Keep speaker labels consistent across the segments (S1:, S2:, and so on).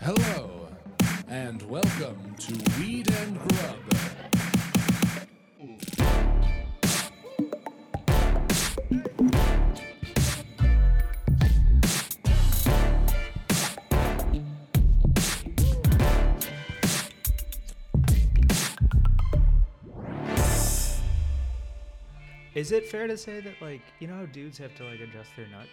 S1: Hello, and welcome to Weed and Grub.
S2: Is it fair to say that like you know how dudes have to like adjust their nuts?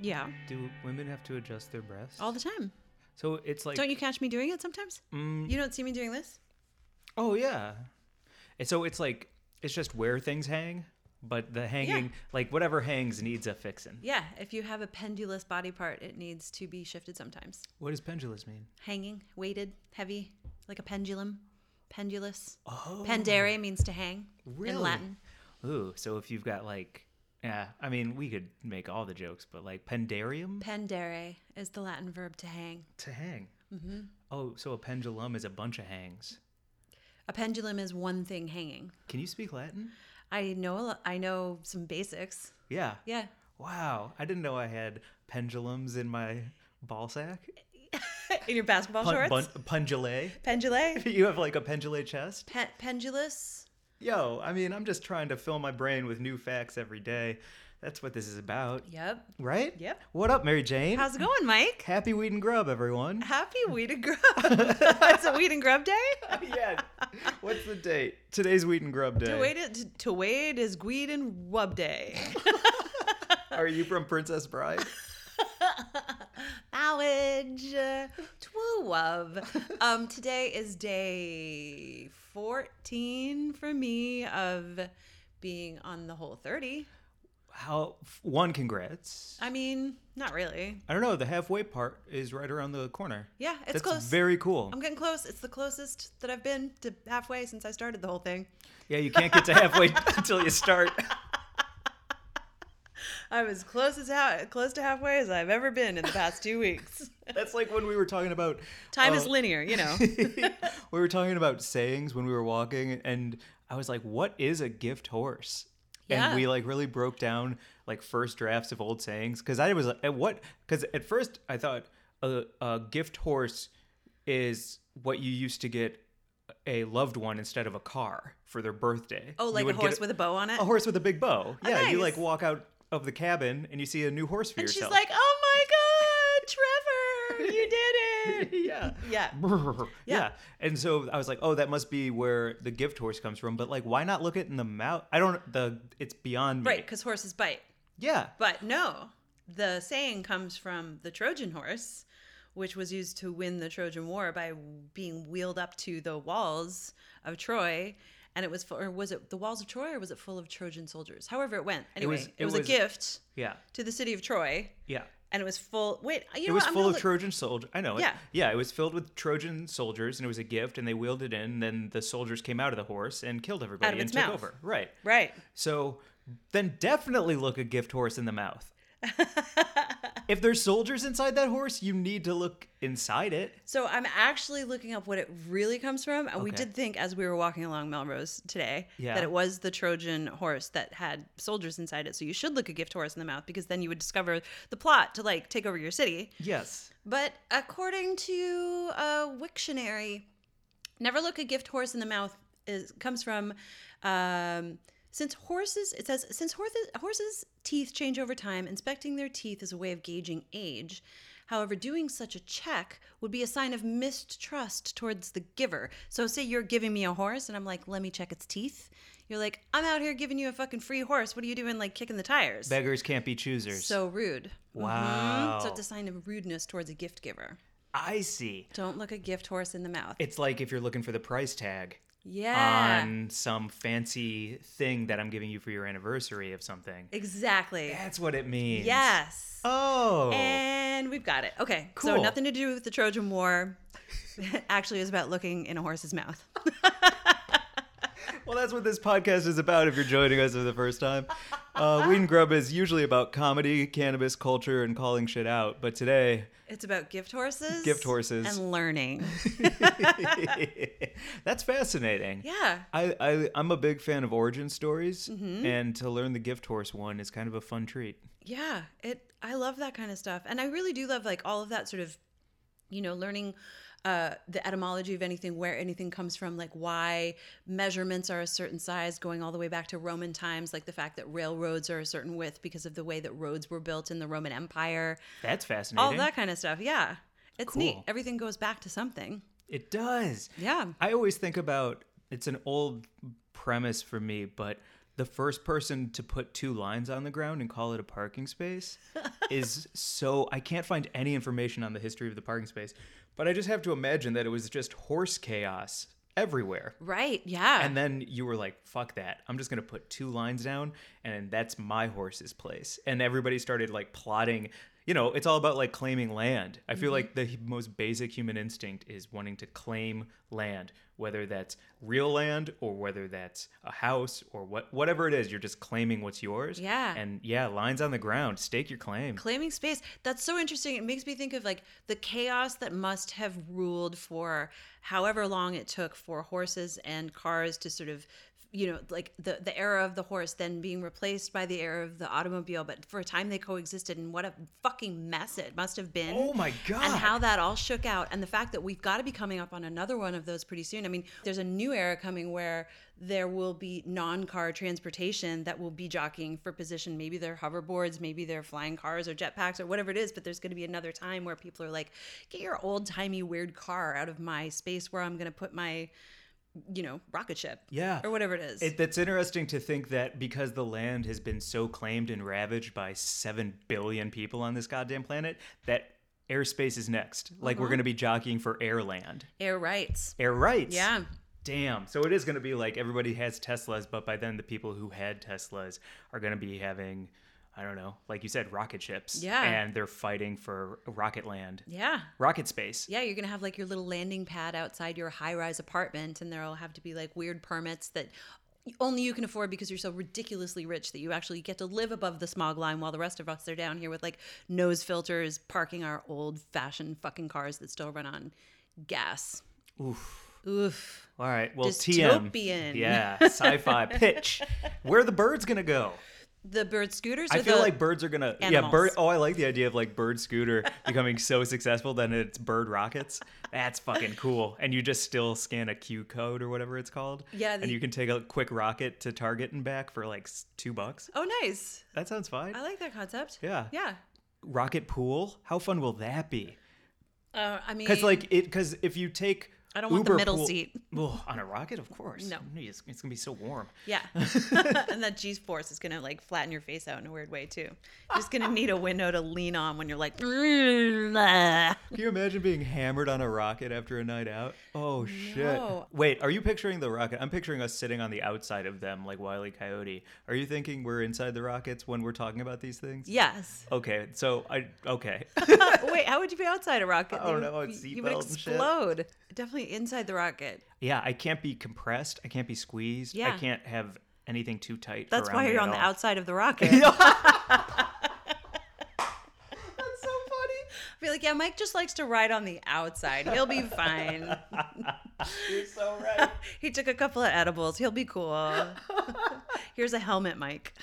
S3: Yeah,
S2: Do women have to adjust their breasts?
S3: all the time.
S2: so it's like
S3: don't you catch me doing it sometimes?
S2: Mm.
S3: You don't see me doing this?
S2: oh yeah, and so it's like it's just where things hang, but the hanging like whatever hangs needs a fixin'.
S3: Yeah, if you have a pendulous body part, it needs to be shifted sometimes.
S2: What does pendulous mean?
S3: Hanging, weighted, heavy, like a pendulum, pendulous.
S2: Oh,
S3: Pendere means to hang
S2: Really?
S3: in Latin.
S2: Ooh, so if you've got like yeah, I mean we could make all the jokes, but like pendarium
S3: Pendere is the Latin verb to hang.
S2: to hang. Mm-hmm. Oh, so a pendulum is a bunch of hangs.
S3: A pendulum is one thing hanging.
S2: Can you speak Latin?
S3: I know a lo- I know some basics.
S2: Yeah.
S3: Yeah.
S2: Wow, I didn't know I had pendulums in my ball sack.
S3: in your basketball
S2: Pun-
S3: shorts?
S2: bun- pendule.
S3: Pendule?
S2: You have like a pendule chest.
S3: Pe- pendulous?
S2: Yo, I mean, I'm just trying to fill my brain with new facts every day. That's what this is about,
S3: Yep.
S2: right?
S3: Yep.
S2: What up, Mary Jane?
S3: How's it going, Mike?
S2: Happy Weed and Grub, everyone.
S3: Happy Weed and Grub. it's a Weed and Grub day?
S2: yeah. What's the date? Today's Weed and Grub
S3: To
S2: Day.
S3: wait, it, to, to wait is Gweed and Wub Day.
S2: Are you from Princess Bride?
S3: Bowage, twoo wub. Um, today is day 14 for me of being on the whole 30.
S2: How? f- One, congrats.
S3: I mean, not really.
S2: I don't know. The halfway part is right around the corner.
S3: Yeah, it's
S2: That's
S3: close.
S2: very cool.
S3: I'm getting close. It's the closest that I've been to halfway since I started the whole thing.
S2: Yeah, you can't get to halfway until you start.
S3: I'm as close as how close to halfway as I've ever been in the past two weeks.
S2: That's like when we were talking about
S3: Time is
S2: uh,
S3: linear, you know.
S2: we were talking about sayings when we were walking, and I was like, "What is a gift horse?"
S3: Yeah.
S2: And we like really broke down like first drafts of old sayings because I was like, "At "What?" Because at first I thought a, a gift horse is what you used to get a loved one instead of a car for their birthday.
S3: Oh,
S2: You
S3: like a
S2: would get
S3: horse with a bow on it.
S2: a horse with a big bow.
S3: Oh,
S2: yeah, you like
S3: nice.
S2: walk out of the cabin and you see a new horse for
S3: and she's
S2: yourself.
S3: like, "Oh my god, Trevor, you did it!"
S2: yeah.
S3: Yeah,
S2: yeah.
S3: Yeah.
S2: And so I was like, oh, that must be where the gift horse comes from. But like, why not look it in the mouth? I don't. The it's beyond me.
S3: right. Because horses bite,
S2: Yeah.
S3: but no, the saying comes from the Trojan horse, which was used to win the Trojan War by being wheeled up to the walls of Troy. And it was, full, or was it the walls of Troy, or was it full of Trojan soldiers? However, it went. Anyway, it
S2: was-
S3: was,
S2: it
S3: a
S2: was-
S3: gift
S2: Yeah.
S3: to the city of Troy,
S2: Yeah.
S3: and it was full. Wait, you know
S2: it was
S3: what? I'm
S2: full
S3: gonna
S2: of
S3: look-
S2: Trojan soldiers. I know it.
S3: Yeah.
S2: Yeah. It was filled with Trojan soldiers, and it was a gift, and they wheeled it in. And then the soldiers came out of the horse and killed everybody
S3: Out of
S2: and
S3: its
S2: took
S3: mouth.
S2: over. Right.
S3: Right.
S2: So then definitely look a gift horse in the mouth. if there's soldiers inside that horse, you need to look inside it.
S3: So I'm actually looking up what it really comes from, and we
S2: Okay.
S3: did think as we were walking along Melrose today
S2: Yeah.
S3: that it was the Trojan horse that had soldiers inside it. So you should look a gift horse in the mouth because then you would discover the plot to like take over your city.
S2: Yes.
S3: But according to uh, Wiktionary, never look a gift horse in the mouth is comes from um, since horses it says since horses horses teeth change over time inspecting their teeth is a way of gauging age however doing such a check would be a sign of mistrust towards the giver so say you're giving me a horse and i'm like let me check its teeth you're like i'm out here giving you a fucking free horse what are you doing like kicking the tires
S2: Beggars can't be choosers.
S3: so rude Mhm.
S2: Wow.
S3: so it's a sign of rudeness towards a gift giver
S2: I see.
S3: don't look a gift horse in the mouth
S2: It's like if you're looking for the price tag
S3: yeah
S2: on some fancy thing that I'm giving you for your anniversary of something.
S3: Exactly.
S2: That's what it means.
S3: Yes.
S2: Oh.
S3: And we've got it. Okay.
S2: Cool.
S3: So nothing to do with the Trojan War. Actually, is about looking in a horse's mouth.
S2: well, that's what this podcast is about if you're joining us for the first time. Uh, Weed and Grub is usually about comedy, cannabis, culture, and calling shit out. But today,
S3: It's about gift horses.
S2: Gift horses.
S3: And learning.
S2: that's fascinating.
S3: Yeah.
S2: I, I, I'm a big fan of origin stories,
S3: Mm-hmm.
S2: and to learn the gift horse one is kind of a fun treat.
S3: Yeah. It. I love that kind of stuff, and I really do love like all of that sort of you know, learning uh, the etymology of anything, where anything comes from, like why measurements are a certain size, going all the way back to Roman times, like the fact that railroads are a certain width because of the way that roads were built in the Roman Empire,
S2: That's fascinating.
S3: all that kind of stuff. Yeah. It's neat.
S2: Cool.
S3: Everything goes back to something.
S2: It does.
S3: Yeah.
S2: I always think about it's an old premise for me, but the first person to put two lines on the ground and call it a parking space is so I can't find any information on the history of the parking space, but I just have to imagine that it was just horse chaos everywhere.
S3: Right. Yeah.
S2: And then you were like, fuck that. I'm just going to put two lines down and that's my horse's place. And everybody started like plotting. You know, it's all about like claiming land. I
S3: Mm-hmm.
S2: feel like the h- most basic human instinct is wanting to claim land, whether that's real land or whether that's a house or what whatever it is, you're just claiming what's yours.
S3: Yeah.
S2: And yeah, lines on the ground, stake your claim.
S3: claiming space that's so interesting it makes me think of like the chaos that must have ruled for however long it took for horses and cars to sort of you know like the the era of the horse then being replaced by the era of the automobile but for a time they coexisted and what a fucking mess it must have been
S2: Oh my god.
S3: and how that all shook out and the fact that we've got to be coming up on another one of those pretty soon i mean there's a new era coming where there will be non-car transportation that will be jockeying for position maybe they're hoverboards maybe they're flying cars or jetpacks or whatever it is but there's going to be another time where people are like get your old-timey weird car out of my space where i'm going to put my you know rocket ship
S2: Yeah.
S3: or whatever it is
S2: It, that's interesting to think that because the land has been so claimed and ravaged by 7 billion people on this goddamn planet, that airspace is next. Like,
S3: Uh-huh.
S2: we're going to be jockeying for air land,
S3: air rights
S2: air rights.
S3: yeah
S2: Damn. So it is going to be like everybody has Teslas, but by then the people who had Teslas are going to be having, I don't know, like you said, rocket ships.
S3: Yeah.
S2: And they're fighting for rocket land,
S3: yeah
S2: rocket space.
S3: Yeah, you're gonna have like your little landing pad outside your high-rise apartment, and there'll have to be like weird permits that only you can afford because you're so ridiculously rich that you actually get to live above the smog line while the rest of us are down here with like nose filters, parking our old-fashioned fucking cars that still run on gas. Oof. Oof.
S2: All right. Well,
S3: Dystopian.
S2: TM. Yeah. Sci fi pitch. Where are the birds going to go?
S3: The bird scooters.
S2: I
S3: or
S2: feel
S3: the-
S2: like birds are gonna yeah
S3: animals.
S2: bird. Oh, I like the idea of like bird scooter becoming so successful that it's bird rockets. That's fucking cool. And you just still scan a Q code or whatever it's called.
S3: Yeah, the-
S2: and you can take a quick rocket to Target and back for like s- two bucks.
S3: Oh, nice.
S2: That sounds fine.
S3: I like that concept.
S2: Yeah.
S3: Yeah.
S2: Rocket pool. How fun will that be?
S3: Uh, I mean,
S2: Because like it. Because if you take
S3: I don't want the
S2: Uber
S3: middle
S2: pool-
S3: seat.
S2: Well, on a rocket, of course.
S3: No.
S2: it's, it's gonna be so warm.
S3: Yeah. and that G force is going to like flatten your face out in a weird way too. You're just going to need a window to lean on when you're like,
S2: Can you imagine being hammered on a rocket after a night out? Oh shit.
S3: No.
S2: Wait, are you picturing the rocket? I'm picturing us sitting on the outside of them like Wile E. Coyote. Are you thinking we're inside the rockets when we're talking about these things?
S3: yes.
S2: Okay, so I okay.
S3: Wait, how would you be outside a rocket?
S2: I don't
S3: You-
S2: know, it's
S3: You would
S2: seatbelt and shit.
S3: explode. Definitely inside the rocket.
S2: yeah, I can't be compressed. I can't be squeezed.
S3: Yeah.
S2: I can't have anything too tight.
S3: That's
S2: around
S3: why
S2: me
S3: you're
S2: at
S3: on the
S2: all.
S3: outside of the rocket.
S2: Yeah.
S3: That's so funny. I'd be like, yeah, Mike just likes to ride on the outside. He'll be fine. You're so right. he took a couple of edibles. He'll be cool. Here's a helmet, Mike.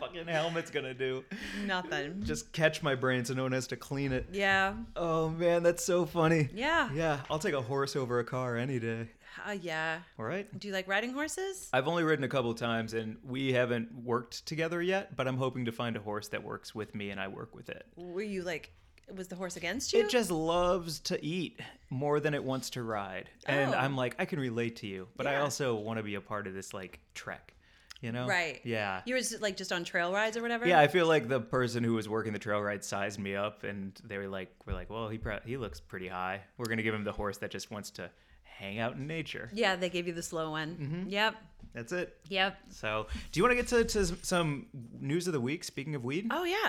S2: Fucking helmet's gonna do.
S3: Nothing.
S2: Just catch my brain so no one has to clean it.
S3: Yeah.
S2: Oh man, that's so funny.
S3: Yeah.
S2: Yeah, I'll take a horse over a car any day.
S3: Uh, yeah.
S2: All right.
S3: Do you like riding horses?
S2: I've only ridden a couple of times and we haven't worked together yet, but I'm hoping to find a horse that works with me and I work with it.
S3: Were you like, was the horse against you?
S2: It just loves to eat more than it wants to ride. And
S3: Oh.
S2: I'm like, I can relate to you, but I
S3: Yeah.
S2: also want to be a part of this like trek, you know?
S3: right.
S2: Yeah.
S3: You were just, like just on trail rides or whatever.
S2: yeah, I feel like the person who was working the trail ride sized me up, and they were like, "We're like, well, he pro- he looks pretty high. We're gonna give him the horse that just wants to hang out in nature.
S3: Yeah, they gave you the slow one.
S2: Mm-hmm.
S3: Yep.
S2: That's it.
S3: Yep.
S2: So, do you want to get to, to some news of the week? Speaking of weed,
S3: Oh yeah.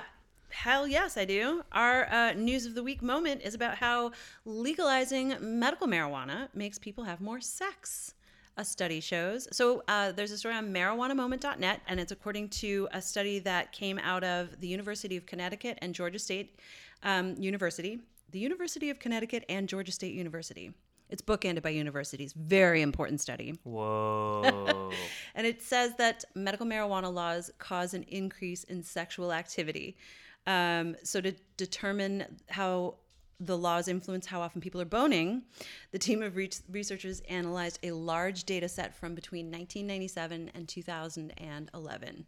S3: Hell yes, I do. Our uh, news of the week moment is about how legalizing medical marijuana makes people have more sex. A study shows. So uh, there's a story on marijuanamoment.net, and it's according to a study that came out of the University of Connecticut and Georgia State um, University, the University of Connecticut and Georgia State University. It's bookended by universities. Very important study.
S2: Whoa.
S3: And it says that medical marijuana laws cause an increase in sexual activity. Um, so to determine how the laws influence how often people are boning, the team of re- researchers analyzed a large data set from between 1997 and 2011.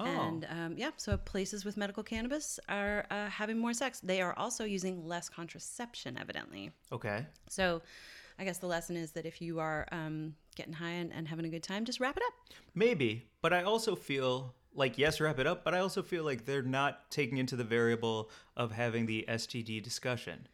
S3: And um, yeah, so places with medical cannabis are uh, having more sex. They are also using less contraception, evidently.
S2: Okay.
S3: So I guess the lesson is that if you are um, getting high and, and having a good time, just wrap it up.
S2: Maybe, but I also feel like yes, wrap it up. But I also feel like they're not taking into the variable of having the STD discussion,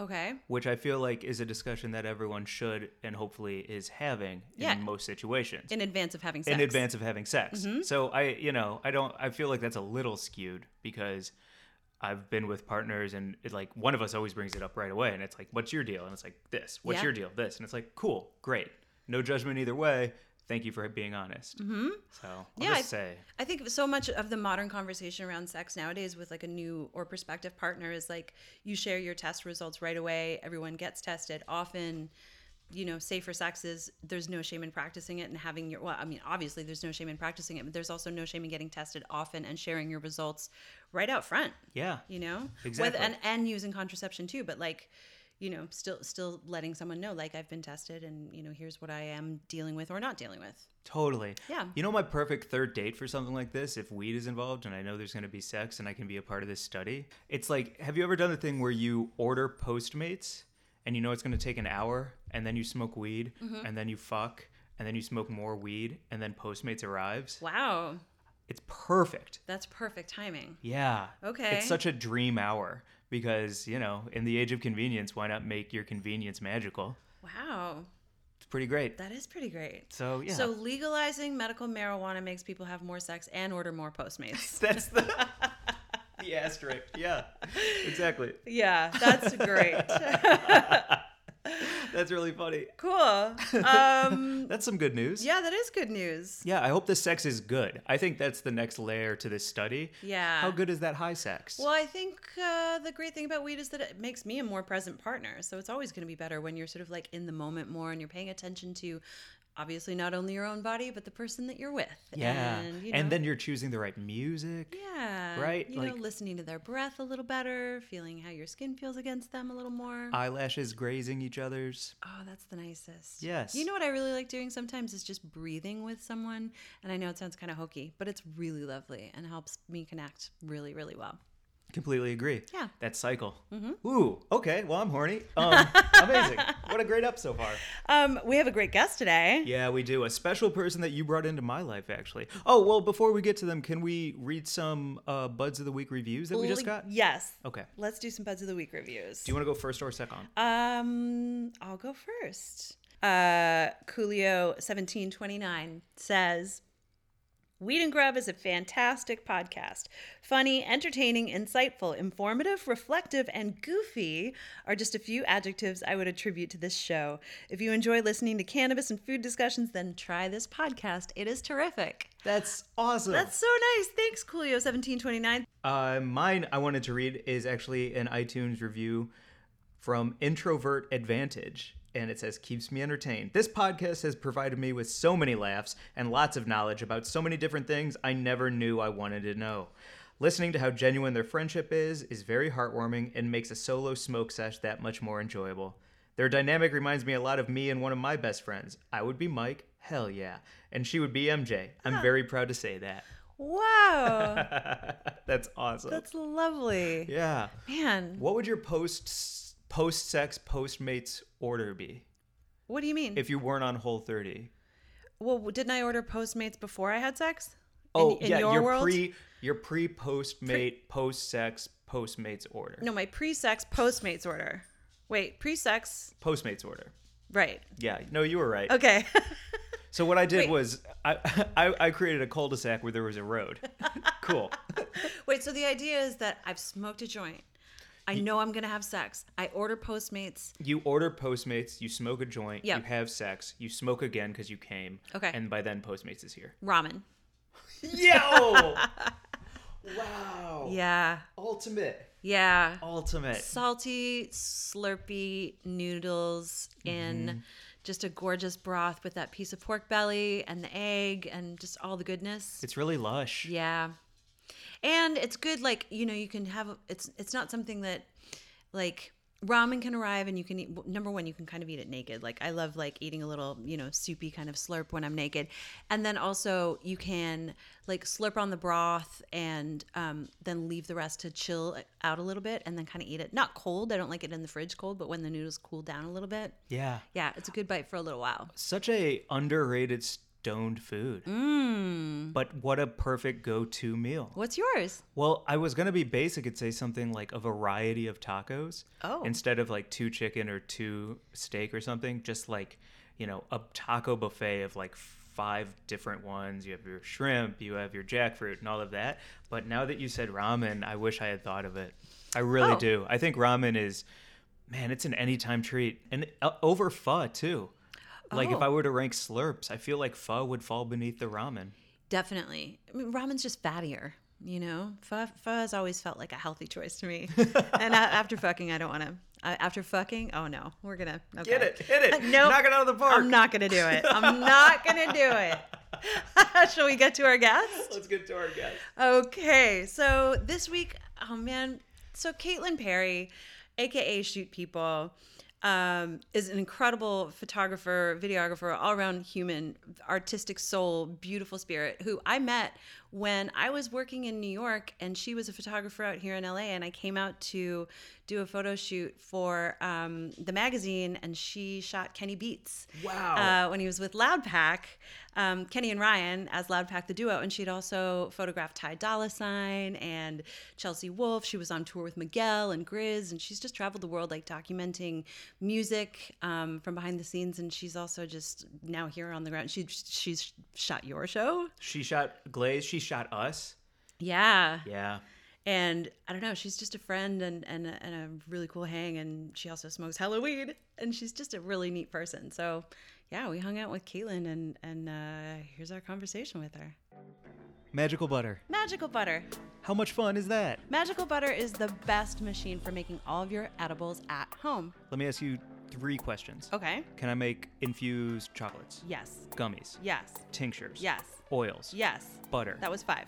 S3: Okay.
S2: which I feel like is a discussion that everyone should and hopefully is having
S3: Yeah.
S2: in most situations
S3: In advance of having sex. Mm-hmm.
S2: in advance of having sex. So I, you know, I don't. I feel like that's a little skewed because. I've been with partners and it like one of us always brings it up right away and it's like what's your deal and it's like this what's
S3: Yeah.
S2: your deal this and it's like cool great no judgment either way thank you for being honest mm-hmm. so I'll
S3: Yeah,
S2: just
S3: I-
S2: say
S3: I think so much of the modern conversation around sex nowadays with like a new or prospective partner is like you share your test results right away. Everyone gets tested. Often, you know, safer sex is there's no shame in practicing it and having your, well, I mean, obviously there's no shame in practicing it, but there's also no shame in getting tested often and sharing your results right out front,
S2: yeah
S3: you know?
S2: Exactly.
S3: and, and using contraception too, but like, you know, still still letting someone know like I've been tested and you know here's what I am dealing with or not dealing with.
S2: Totally.
S3: Yeah.
S2: You know my perfect third date for something like this, if weed is involved and I know there's going to be sex and I can be a part of this study. It's like, have you ever done the thing where you order Postmates and you know it's going to take an hour and then you smoke weed
S3: Mm-hmm.
S2: and then you fuck and then you smoke more weed and then Postmates arrives?
S3: Wow,
S2: It's perfect.
S3: that's perfect timing.
S2: Yeah.
S3: Okay.
S2: It's such a dream hour because, you know, in the age of convenience, why not make your convenience magical?
S3: Wow,
S2: It's pretty great.
S3: that is pretty great.
S2: So, yeah.
S3: So legalizing medical marijuana makes people have more sex and order more Postmates.
S2: That's the the asterisk. Yeah, exactly.
S3: yeah, that's great.
S2: That's really funny.
S3: cool. Um,
S2: That's some good news.
S3: yeah, that is good news.
S2: Yeah, I hope the sex is good. I think that's the next layer to this study.
S3: Yeah.
S2: How good is that high sex?
S3: Well, I think uh, the great thing about weed is that it makes me a more present partner. So it's always going to be better when you're sort of like in the moment more and you're paying attention to obviously not only your own body, but the person that you're with.
S2: yeah.
S3: And, you know,
S2: then you're choosing the right music.
S3: Yeah.
S2: Right,
S3: You
S2: like-
S3: know, listening to their breath a little better, feeling how your skin feels against them a little more.
S2: Uh, Eyelashes grazing each other's.
S3: Oh, that's the nicest.
S2: Yes.
S3: You know what I really like doing sometimes is just breathing with someone. And I know it sounds kind of hokey, but it's really lovely and helps me connect really, really well.
S2: Completely agree.
S3: Yeah. Mm-hmm.
S2: That cycle. Ooh. Okay. Well, I'm horny. Um, amazing. What a great up so far.
S3: Um, we have a great guest today.
S2: Yeah, we do. A special person that you brought into my life, actually. Oh, well, before we get to them, can we read some uh, Buds of the Week reviews that we just got?
S3: Yes.
S2: Okay.
S3: Let's do some Buds of the Week reviews.
S2: Do you want to go first or second?
S3: Um, I'll go first. Uh, Coolio seventeen twenty nine says, "Weed and Grub is a fantastic podcast. Funny, entertaining, insightful, informative, reflective, and goofy are just a few adjectives I would attribute to this show. If you enjoy listening to cannabis and food discussions, then try this podcast. It is terrific.
S2: That's awesome.
S3: That's so nice. Thanks, Coolio seventeen twenty nine.
S2: Uh, mine I wanted to read is actually an iTunes review from Introvert Advantage. And it says, keeps me entertained. This podcast has provided me with so many laughs and lots of knowledge about so many different things I never knew I wanted to know. Listening to how genuine their friendship is is very heartwarming and makes a solo smoke sesh that much more enjoyable. Their dynamic reminds me a lot of me and one of my best friends. I would be Mike, hell yeah. And she would be MJ. I'm very proud to say that.
S3: Wow,
S2: That's awesome.
S3: that's lovely,
S2: Yeah.
S3: man.
S2: What would your post post sex postmates order be
S3: What do you mean?
S2: if you weren't on Whole 30?
S3: Well, didn't I order Postmates before I had sex? In-
S2: Oh
S3: in,
S2: yeah,
S3: your,
S2: your
S3: world.
S2: pre your pre postmate post sex postmates order.
S3: no, my pre-sex Postmates order. Wait, pre-sex,
S2: Postmates order.
S3: right?
S2: Yeah. No, you were right.
S3: Okay.
S2: So what I did
S3: Wait.
S2: was I, I I created a cul-de-sac where there was a road. cool.
S3: Wait. So the idea is that I've smoked a joint. I know I'm gonna have sex. I order Postmates.
S2: You order Postmates, you smoke a joint,
S3: Yeah.
S2: you have sex, you smoke again because you came.
S3: Okay.
S2: And by then Postmates is here.
S3: Ramen.
S2: Yo! wow.
S3: Yeah.
S2: Ultimate.
S3: Yeah.
S2: Oh. Ultimate.
S3: Salty, slurpy noodles
S2: Mm-hmm.
S3: in just a gorgeous broth with that piece of pork belly and the egg and just all the goodness.
S2: It's really lush.
S3: Yeah. And it's good like, you know, you can have it's it's not something that like ramen can arrive and you can eat w- number one you can kind of eat it naked like i love like eating a little you know soupy kind of slurp when i'm naked and then also you can like slurp on the broth and um, then leave the rest to chill uh, out a little bit and then kind of eat it not cold i don't like it in the fridge cold but when the noodles cool down a little bit
S2: Yeah.
S3: yeah it's a good bite for a little while
S2: Such a underrated stoned food.
S3: mm.
S2: But what a perfect go-to meal.
S3: what's yours
S2: Well, I was gonna be basic and say something like a variety of tacos.
S3: Oh.
S2: Instead of like two chicken or two steak or something, just like, you know, a taco buffet of like five different ones. You have your shrimp, you have your jackfruit and all of that. But now that you said ramen, I wish I had thought of it. I really
S3: Oh.
S2: do. I think ramen is man, it's an anytime treat. And uh, over pho too. Like if
S3: Oh.
S2: I were to rank slurps, I feel like pho would fall beneath the ramen.
S3: Definitely. I mean, ramen's just fattier, you know? Pho, pho has always felt like a healthy choice to me. and a- after fucking, I don't want to. Uh, after fucking, oh no, we're going to. Okay.
S2: Get it, hit it,
S3: Uh, nope.
S2: knock it out of the park.
S3: I'm not going to do it. I'm not going to do it. Shall we get to our guest?
S2: Let's get to our guest.
S3: Okay. So this week, oh man. So Caitlin Perry, AKA Shoot People, um, is an incredible photographer, videographer, all around human, artistic soul, beautiful spirit, who I met when I was working in New York and she was a photographer out here in LA. And I came out to do a photo shoot for um, the magazine and she shot Kenny Beats.
S2: Wow.
S3: Uh, when he was with Loud Pack, um, Kenny and Ryan as Loud Pack, the duo. And she'd also photographed Ty Dolla Sign and Chelsea Wolfe. She was on tour with Miguel and Grizz. And she's just traveled the world like documenting music um, from behind the scenes. And she's also just now here on the ground. She, she's shot your show.
S2: She shot Glaze. She shot us.
S3: Yeah.
S2: Yeah.
S3: And I don't know, she's just a friend and, and, a- and a really cool hang. And she also smokes Halloween. And she's just a really neat person. So, yeah, we hung out with Caitlin, and, and uh, here's our conversation with her.
S2: Magical butter.
S3: Magical Butter.
S2: How much fun is that?
S3: Magical Butter is the best machine for making all of your edibles at home.
S2: Let me ask you three questions.
S3: Okay.
S2: Can I make infused chocolates,
S3: Yes.
S2: gummies,
S3: Yes.
S2: tinctures,
S3: Yes.
S2: oils,
S3: Yes.
S2: butter?
S3: That was five.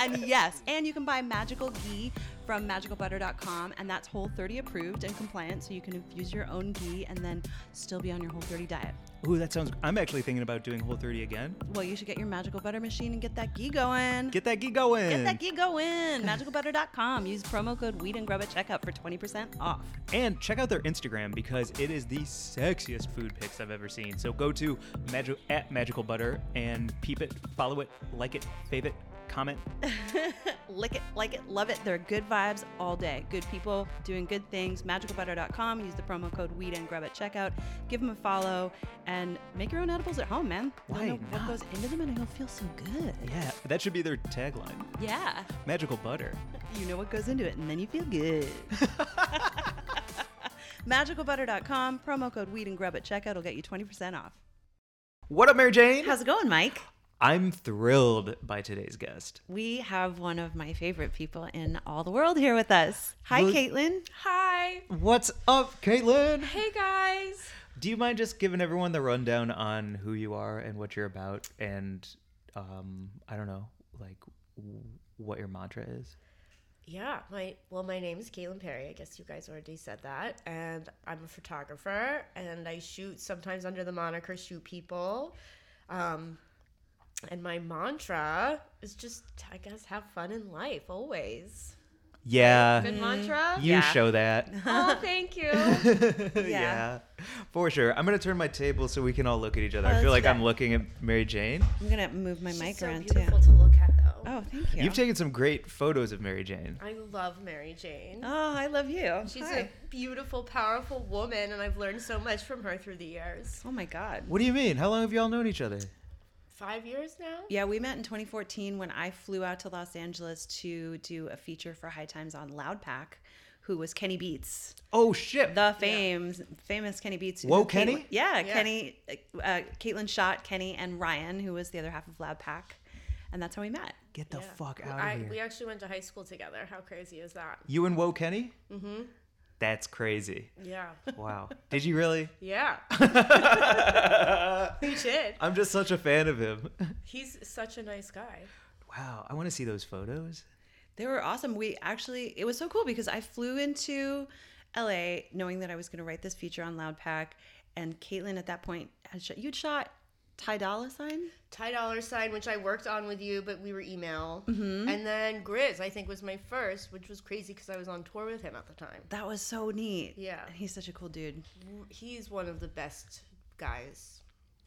S3: and yes, and you can buy magical ghee from magicalbutter.com, and that's Whole 30 approved and compliant, so you can infuse your own ghee and then still be on your Whole 30 diet.
S2: Ooh, that sounds. I'm actually thinking about doing Whole 30 again.
S3: Well, you should get your magical butter machine and get that ghee going.
S2: Get that geek going.
S3: Get that ghee going. Magicalbutter.com. Use promo code Weed and Grub at checkout for 20% off.
S2: And check out their Instagram because it is the sexiest food pics I've ever seen. So go to magic at magical butter and peep it, follow it, like it, fave it, comment.
S3: Lick it, like it, love it. They're good vibes all day. Good people doing good things. Magicalbutter.com. Use the promo code Weed and Grub at checkout. Give them a follow and make your own edibles at home, man. You
S2: Why
S3: don't know
S2: not?
S3: what goes into them and it'll feel so good.
S2: Yeah, that should be their tagline.
S3: Yeah.
S2: Magical butter.
S3: You know what goes into it and then you feel good. Magicalbutter.com. Promo code Weed and Grub at checkout will get you 20% off.
S2: What up, Mary Jane?
S3: How's it going, Mike?
S2: I'm thrilled by today's guest.
S3: We have one of my favorite people in all the world here with us. Hi,
S2: Well-
S3: Caitlin.
S4: Hi.
S2: What's up, Caitlin?
S4: Hey guys.
S2: Do you mind just giving everyone the rundown on who you are and what you're about, and um, I don't know, like w- what your mantra is?
S4: Yeah, my well my name is Caitlin Perry. I guess you guys already said that. And I'm a photographer and I shoot sometimes under the moniker shoot people. Um and my mantra is just I guess have fun in life always.
S2: Yeah,
S4: Good mantra?
S2: Mm. you show that.
S4: Oh, thank you.
S2: yeah. for sure. I'm gonna turn my table so we can all look at
S4: Oh,
S2: each other. I feel like I'm looking at Mary Jane.
S3: I'm going to move my mic
S4: so
S3: around
S4: beautiful
S3: too.
S4: to look at though.
S3: Oh, thank you.
S2: You've taken some great photos of Mary Jane.
S4: I love Mary Jane.
S3: Oh, I love you.
S4: She's
S3: Hi.
S4: a beautiful, powerful woman and I've learned so much from her through the years.
S3: Oh my god.
S2: What do you mean? How long have y'all known each other?
S4: 5 years now?
S3: Yeah, we met in 2014 when I flew out to Los Angeles to do a feature for High Times on Loud Pack, who was Kenny Beats,
S2: Oh shit!
S3: the famous famous Kenny Beats. who
S2: Whoa,
S3: Caitlyn-
S2: Kenny?
S3: yeah,
S4: Yeah.
S3: Kenny, uh, Caitlin shot Kenny and Ryan, who was the other half of Loud Pack, and that's how we met.
S2: Get the
S4: Yeah.
S2: fuck out
S4: I,
S2: of here.
S4: We actually went to high school together. How crazy is that?
S2: You and Woe Kenny? Mm-hmm. That's crazy.
S4: Yeah.
S2: Wow. Did you really?
S4: Yeah. we did.
S2: I'm just such a fan of him.
S4: He's such a nice guy.
S2: Wow. I want to see those photos.
S3: They were awesome. We actually, it was so cool because I flew into LA, knowing that I was going to write this feature on Loud Pack, and Caitlin at that point had shot, you'd shot Ty Dolla Sign.
S4: Ty Dollar Sign, which I worked on with you, but we were email.
S3: Mm-hmm.
S4: And then Grizz, I think, was my first, which was crazy because I was on tour with him at the time.
S3: That was so neat.
S4: Yeah.
S3: and he's such a cool dude.
S4: He's one of the best guys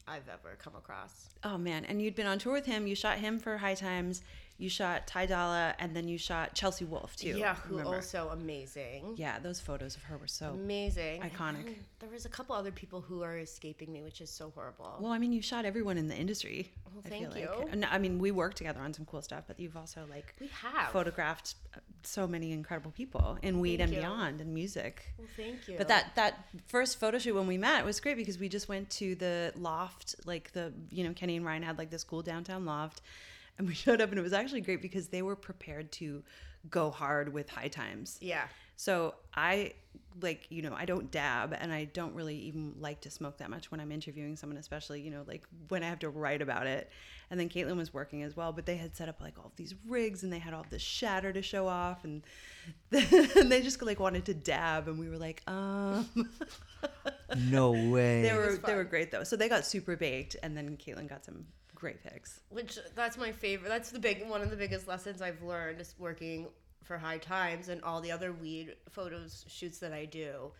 S4: I've ever come across.
S3: Oh man, and you'd been on tour with him. You shot him for High Times. You shot Ty Dolla, and then you shot Chelsea Wolf too.
S4: yeah, who
S3: remember.
S4: also amazing.
S3: Yeah, those photos of her were so.
S4: Amazing. And
S3: Iconic.
S4: then There was a couple other people who are escaping me, which is so horrible.
S3: Well, I mean, you shot everyone in the industry.
S4: Well,
S3: I feel
S4: thank you.
S3: Like. No, I mean, we worked together on some cool stuff, but you've also like
S4: we have.
S3: photographed uh, so many incredible people in weed and
S4: Thank you.
S3: beyond, and music.
S4: Well, thank you.
S3: But that that first photo shoot when we met was great because we just went to the loft, like the you know Kenny and Ryan had like this cool downtown loft, and we showed up and it was actually great because they were prepared to go hard with high times.
S4: Yeah.
S3: So I like you know I don't dab and I don't really even like to smoke that much when I'm interviewing someone, especially you know like when I have to write about it. And then Caitlin was working as well, but they had set up like all of these rigs and they had all this shatter to show off, and, and they just like wanted to dab, and we were like, um.
S2: No way.
S3: They were they were great though. So they got super baked, and then Caitlin got some great pics.
S4: Which that's my favorite. That's the big one of the biggest lessons I've learned is working for High Times and all the other weed photos shoots that I do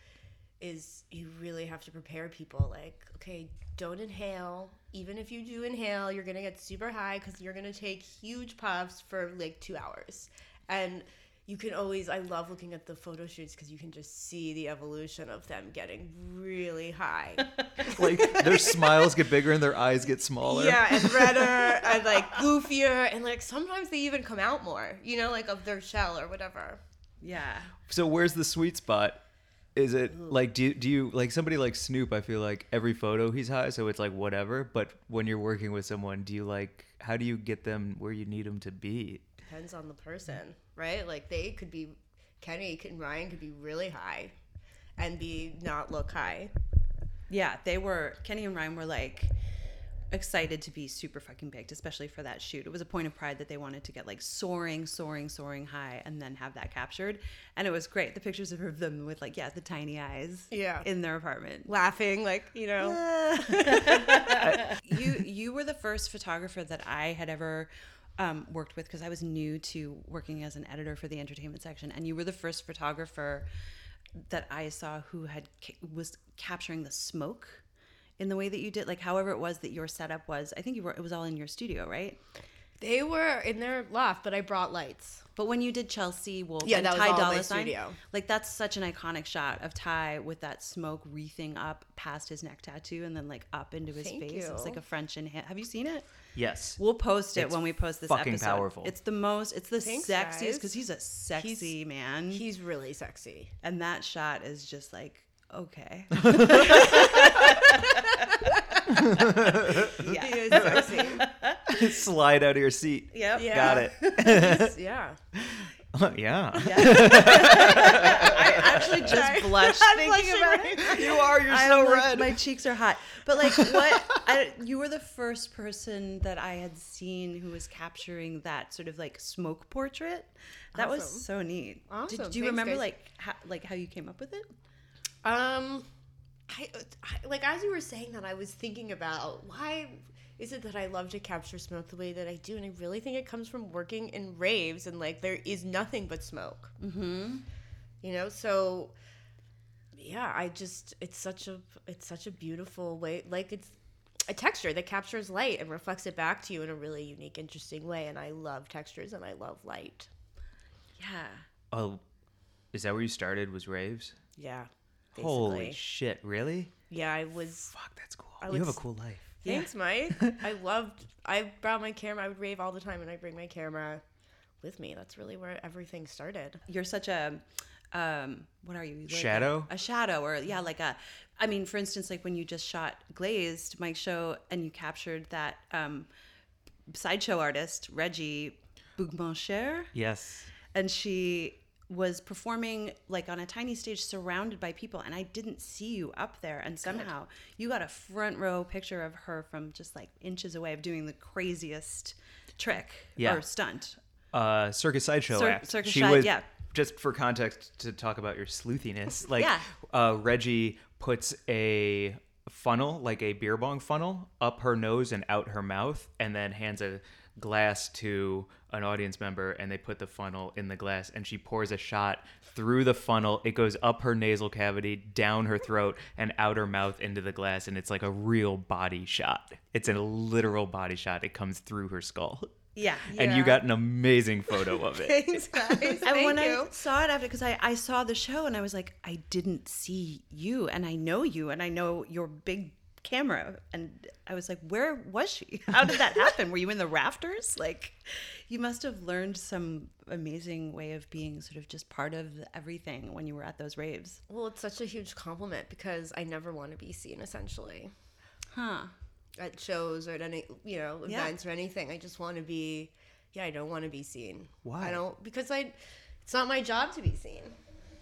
S4: is you really have to prepare people like okay don't inhale even if you do inhale you're gonna get super high because you're gonna take huge puffs for like two hours and you can always i love looking at the photo shoots because you can just see the evolution of them getting really high
S2: like their smiles get bigger and their eyes get smaller.
S4: Yeah, and redder and like goofier and like sometimes they even come out more, you know, like of their shell or whatever.
S3: Yeah.
S2: So where's the sweet spot? Is it like do you, do you like somebody like Snoop? I feel like every photo he's high, so it's like whatever. But when you're working with someone, do you like how do you get them where you need them to be?
S4: Depends on the person, right? Like they could be Kenny could- and Ryan could be really high and be not look high.
S3: Yeah, they were Kenny and Ryan were like excited to be super fucking baked, especially for that shoot. It was a point of pride that they wanted to get like soaring, soaring, soaring high and then have that captured. And it was great. The pictures of them with like, yeah, the tiny eyes.
S4: Yeah.
S3: In their apartment.
S4: Laughing, like, you know.
S3: you you were the first photographer that I had ever um, worked with because I was new to working as an editor for the entertainment section, and you were the first photographer that I saw who had ca- was capturing the smoke in the way that you did. Like, however it was that your setup was, I think you were it was all in your studio, right?
S4: They were in their loft, but I brought lights.
S3: But when you did Chelsea Wolf
S4: Yeah,
S3: and
S4: that was
S3: Ty
S4: all in my
S3: Dolla Sign,
S4: studio.
S3: like that's such an iconic shot of Ty with that smoke wreathing up past his neck tattoo and then like up into his
S4: Thank
S3: face. It was
S4: you.
S3: like a French inhale. Have you seen it?
S2: Yes.
S3: We'll post it
S2: It's
S3: when we post this
S2: fucking
S3: episode.
S2: powerful.
S3: It's the most. It's the
S4: Thanks,
S3: sexiest
S4: guys.
S3: because he's a sexy man,
S4: He's really sexy.
S3: and that shot is just like okay.
S4: He
S3: yeah.
S4: is sexy.
S2: Slide out of your seat.
S3: Yep.
S4: Yeah.
S2: Got it.
S4: He's- yeah.
S2: yeah.
S3: I actually just blushed thinking about it.
S2: You are. You're
S3: I'm
S2: so
S3: like,
S2: red.
S3: My cheeks are hot. But like, what? I, you were the first person that I had seen who was capturing that sort of like smoke portrait. That
S4: Awesome.
S3: was so neat.
S4: Awesome.
S3: Did, do you
S4: Thanks,
S3: remember
S4: guys.
S3: like how, like how you came up with it?
S4: Um, I, I like as you were saying that, I was thinking about why is it that I love to capture smoke the way that I do, and I really think it comes from working in raves and like there is nothing but smoke. Mm-hmm. You know, so yeah, I just it's such a it's such a beautiful way, like it's a texture that captures light and reflects it back to you in a really unique, interesting way. And I love textures and I love light.
S3: Yeah.
S2: oh, is that where you started? Was raves?
S4: Yeah. Basically.
S2: Holy shit! Really?
S4: yeah, I was
S2: Fuck, that's cool.
S4: I
S2: you
S4: would
S2: have a
S4: s-
S2: cool life.
S4: Thanks, Mike. I loved. I brought my camera. I would rave all the time, and I bring my camera with me. That's really where everything started.
S3: you're such a um what are you like a-
S2: Shadow?
S3: a, shadow or yeah like a i mean for instance like when you just shot glazed mike show and you captured that um sideshow artist reggie bougmancher
S2: Yes.
S3: and she was performing like on a tiny stage surrounded by people and i didn't see you up there and somehow you got a front row picture of her from just like inches away of doing the craziest trick
S2: Yeah.
S3: or stunt
S2: Uh, circus sideshow
S3: Cir-
S2: act.
S3: circus
S2: she
S3: side-
S2: was
S3: yeah.
S2: just for context to talk about your sleuthiness, like
S3: Yeah.
S2: uh, Reggie puts a funnel, like a beer bong funnel, up her nose and out her mouth, and then hands a glass to an audience member, and they put the funnel in the glass, and she pours a shot through the funnel. It goes up her nasal cavity, down her throat, and out her mouth into the glass, and it's like a real body shot. It's a literal body shot. It comes through her skull.
S3: Yeah.
S2: And you
S4: Yeah.
S2: got an amazing photo of it.
S4: Thanks, guys.
S3: and
S4: Thank
S3: when I
S4: you.
S3: saw it after, because I, I saw the show and I was like, I didn't see you, and I know you, and I know your big camera, and I was like, where was she? How did that happen? Were you in the rafters? Like, you must have learned some amazing way of being sort of just part of everything when you were at those raves,
S4: Well, it's such a huge compliment because I never want to be seen essentially
S3: huh?
S4: at shows or at any, you know,
S3: Yeah.
S4: events or anything. I just want to be, yeah, I don't want to be seen.
S2: Why?
S4: I don't, because I, it's not my job to be seen,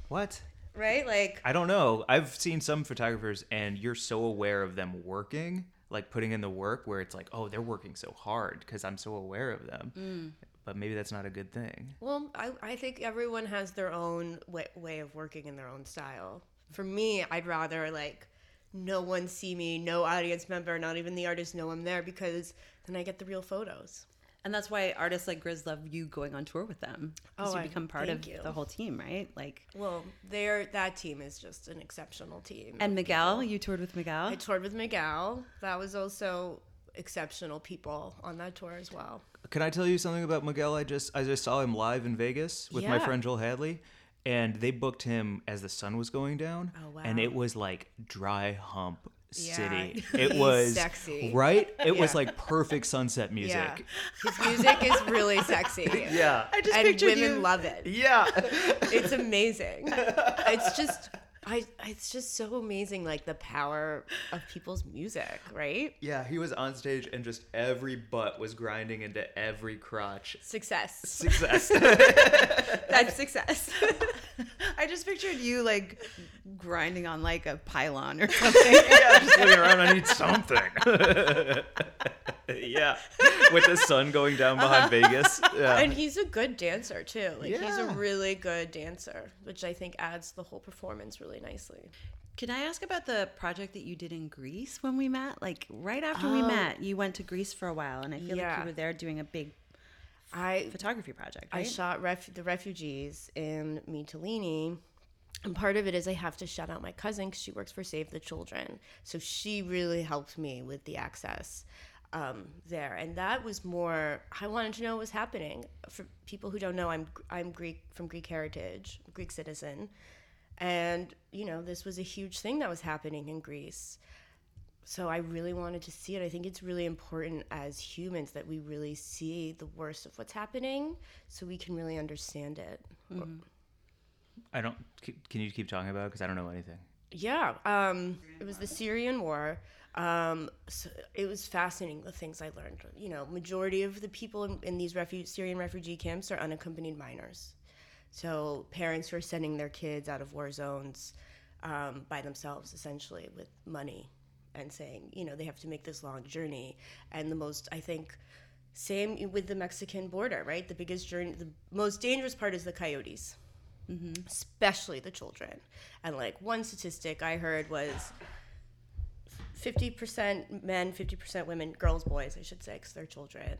S2: What?
S4: right? Like,
S2: I don't know. I've seen some photographers, and you're so aware of them working, like putting in the work, where it's like, oh, they're working so hard because I'm so aware of them.
S4: Mm.
S2: But maybe that's not a good thing.
S4: well, I, I think everyone has their own way, way of working in their own style. For me, I'd rather like no one see me, no audience member, not even the artist know I'm there because then I get the real photos.
S3: And that's why artists like Grizz love you going on tour with them. because
S4: Oh,
S3: you
S4: I-
S3: become part of
S4: thank you.
S3: the whole team, right? Like,
S4: Well, they're, that team is just an exceptional team.
S3: and Miguel, you toured with Miguel.
S4: I toured with Miguel. That was also exceptional people on that tour as well.
S2: Can I tell you something about Miguel? I just I just saw him live in Vegas with my
S4: Yeah.
S2: friend Joel Hadley, and they booked him as the sun was going down.
S4: Oh, wow.
S2: And it was like dry hump city.
S4: Yeah,
S2: It
S4: he's
S2: was
S4: sexy.
S2: right. It was
S4: Yeah.
S2: like perfect sunset music.
S4: Yeah. His music is really sexy.
S2: Yeah.
S3: I just
S4: And
S3: pictured
S4: women
S3: you-
S4: love it.
S2: Yeah.
S4: It's amazing. It's just I it's just so amazing like the power of people's music, right?
S2: Yeah, he was on stage and just every butt was grinding into every crotch.
S4: Success.
S2: Success.
S4: That's success.
S3: I just pictured you like grinding on like a pylon or something.
S2: yeah, just looking around. I need something. yeah, with the sun going down behind Vegas. Yeah.
S4: and he's a good dancer too. Like he's a
S2: Yeah.
S4: really good dancer, which I think adds to the whole performance really nicely.
S3: Can I ask about the project that you did in Greece when we met? Like right after we met, you went to Greece for a while, and I feel like
S4: Yeah.
S3: you were there doing a big
S4: I
S3: photography project.
S4: I
S3: Right?
S4: shot ref- the refugees in Mytilene. And part of it is I have to shout out my cousin 'cause she works for Save the Children. So she really helped me with the access um, there. And that was more, I wanted to know what was happening. For people who don't know, I'm, I'm Greek from Greek heritage, Greek citizen. And, you know, this was a huge thing that was happening in Greece. So I really wanted to see it. I think it's really important as humans that we really see the worst of what's happening so we can really understand it.
S2: I don't. Can you keep talking about it? Because I don't know anything.
S4: Yeah, um, it was the Syrian war. Um, so it was fascinating the things I learned. You know, majority of the people in, in these refu- Syrian refugee camps are unaccompanied minors. So parents were sending their kids out of war zones um, by themselves, essentially, with money and saying, you know, they have to make this long journey. And the most, I think, same with the Mexican border, right? The biggest journey, the most dangerous part is the coyotes especially the children. And like one statistic I heard was 50% men, 50% women, girls, boys, I should say, because they're children,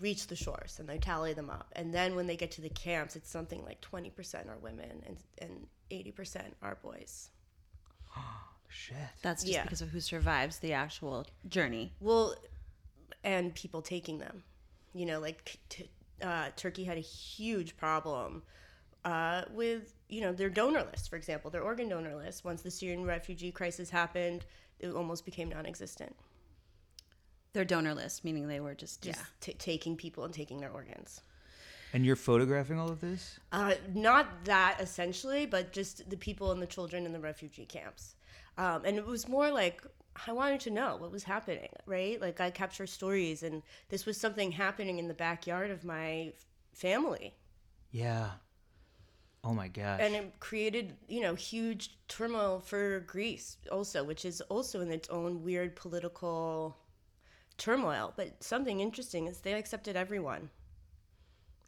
S4: reach the shores and they tally them up. And then when they get to the camps, it's something like 20% are women and, and 80% are boys.
S2: Shit.
S3: That's just
S4: Yeah.
S3: because of who survives the actual journey.
S4: Well, and people taking them. You know, like t- uh, Turkey had a huge problem uh, with, you know, their donor list, for example, their organ donor list. Once the Syrian refugee crisis happened, it almost became non existent.
S3: Their donor list, meaning they were just,
S4: Just t- taking people and taking their organs.
S2: And you're photographing all of this?
S4: Uh, not that essentially, but just the people and the children in the refugee camps. Um, and it was more like I wanted to know what was happening, right? Like I capture stories, and this was something happening in the backyard of my f- family,
S2: Yeah. Oh my gosh.
S4: and it created, you know, huge turmoil for Greece, also, which is also in its own weird political turmoil. But something interesting is they accepted everyone;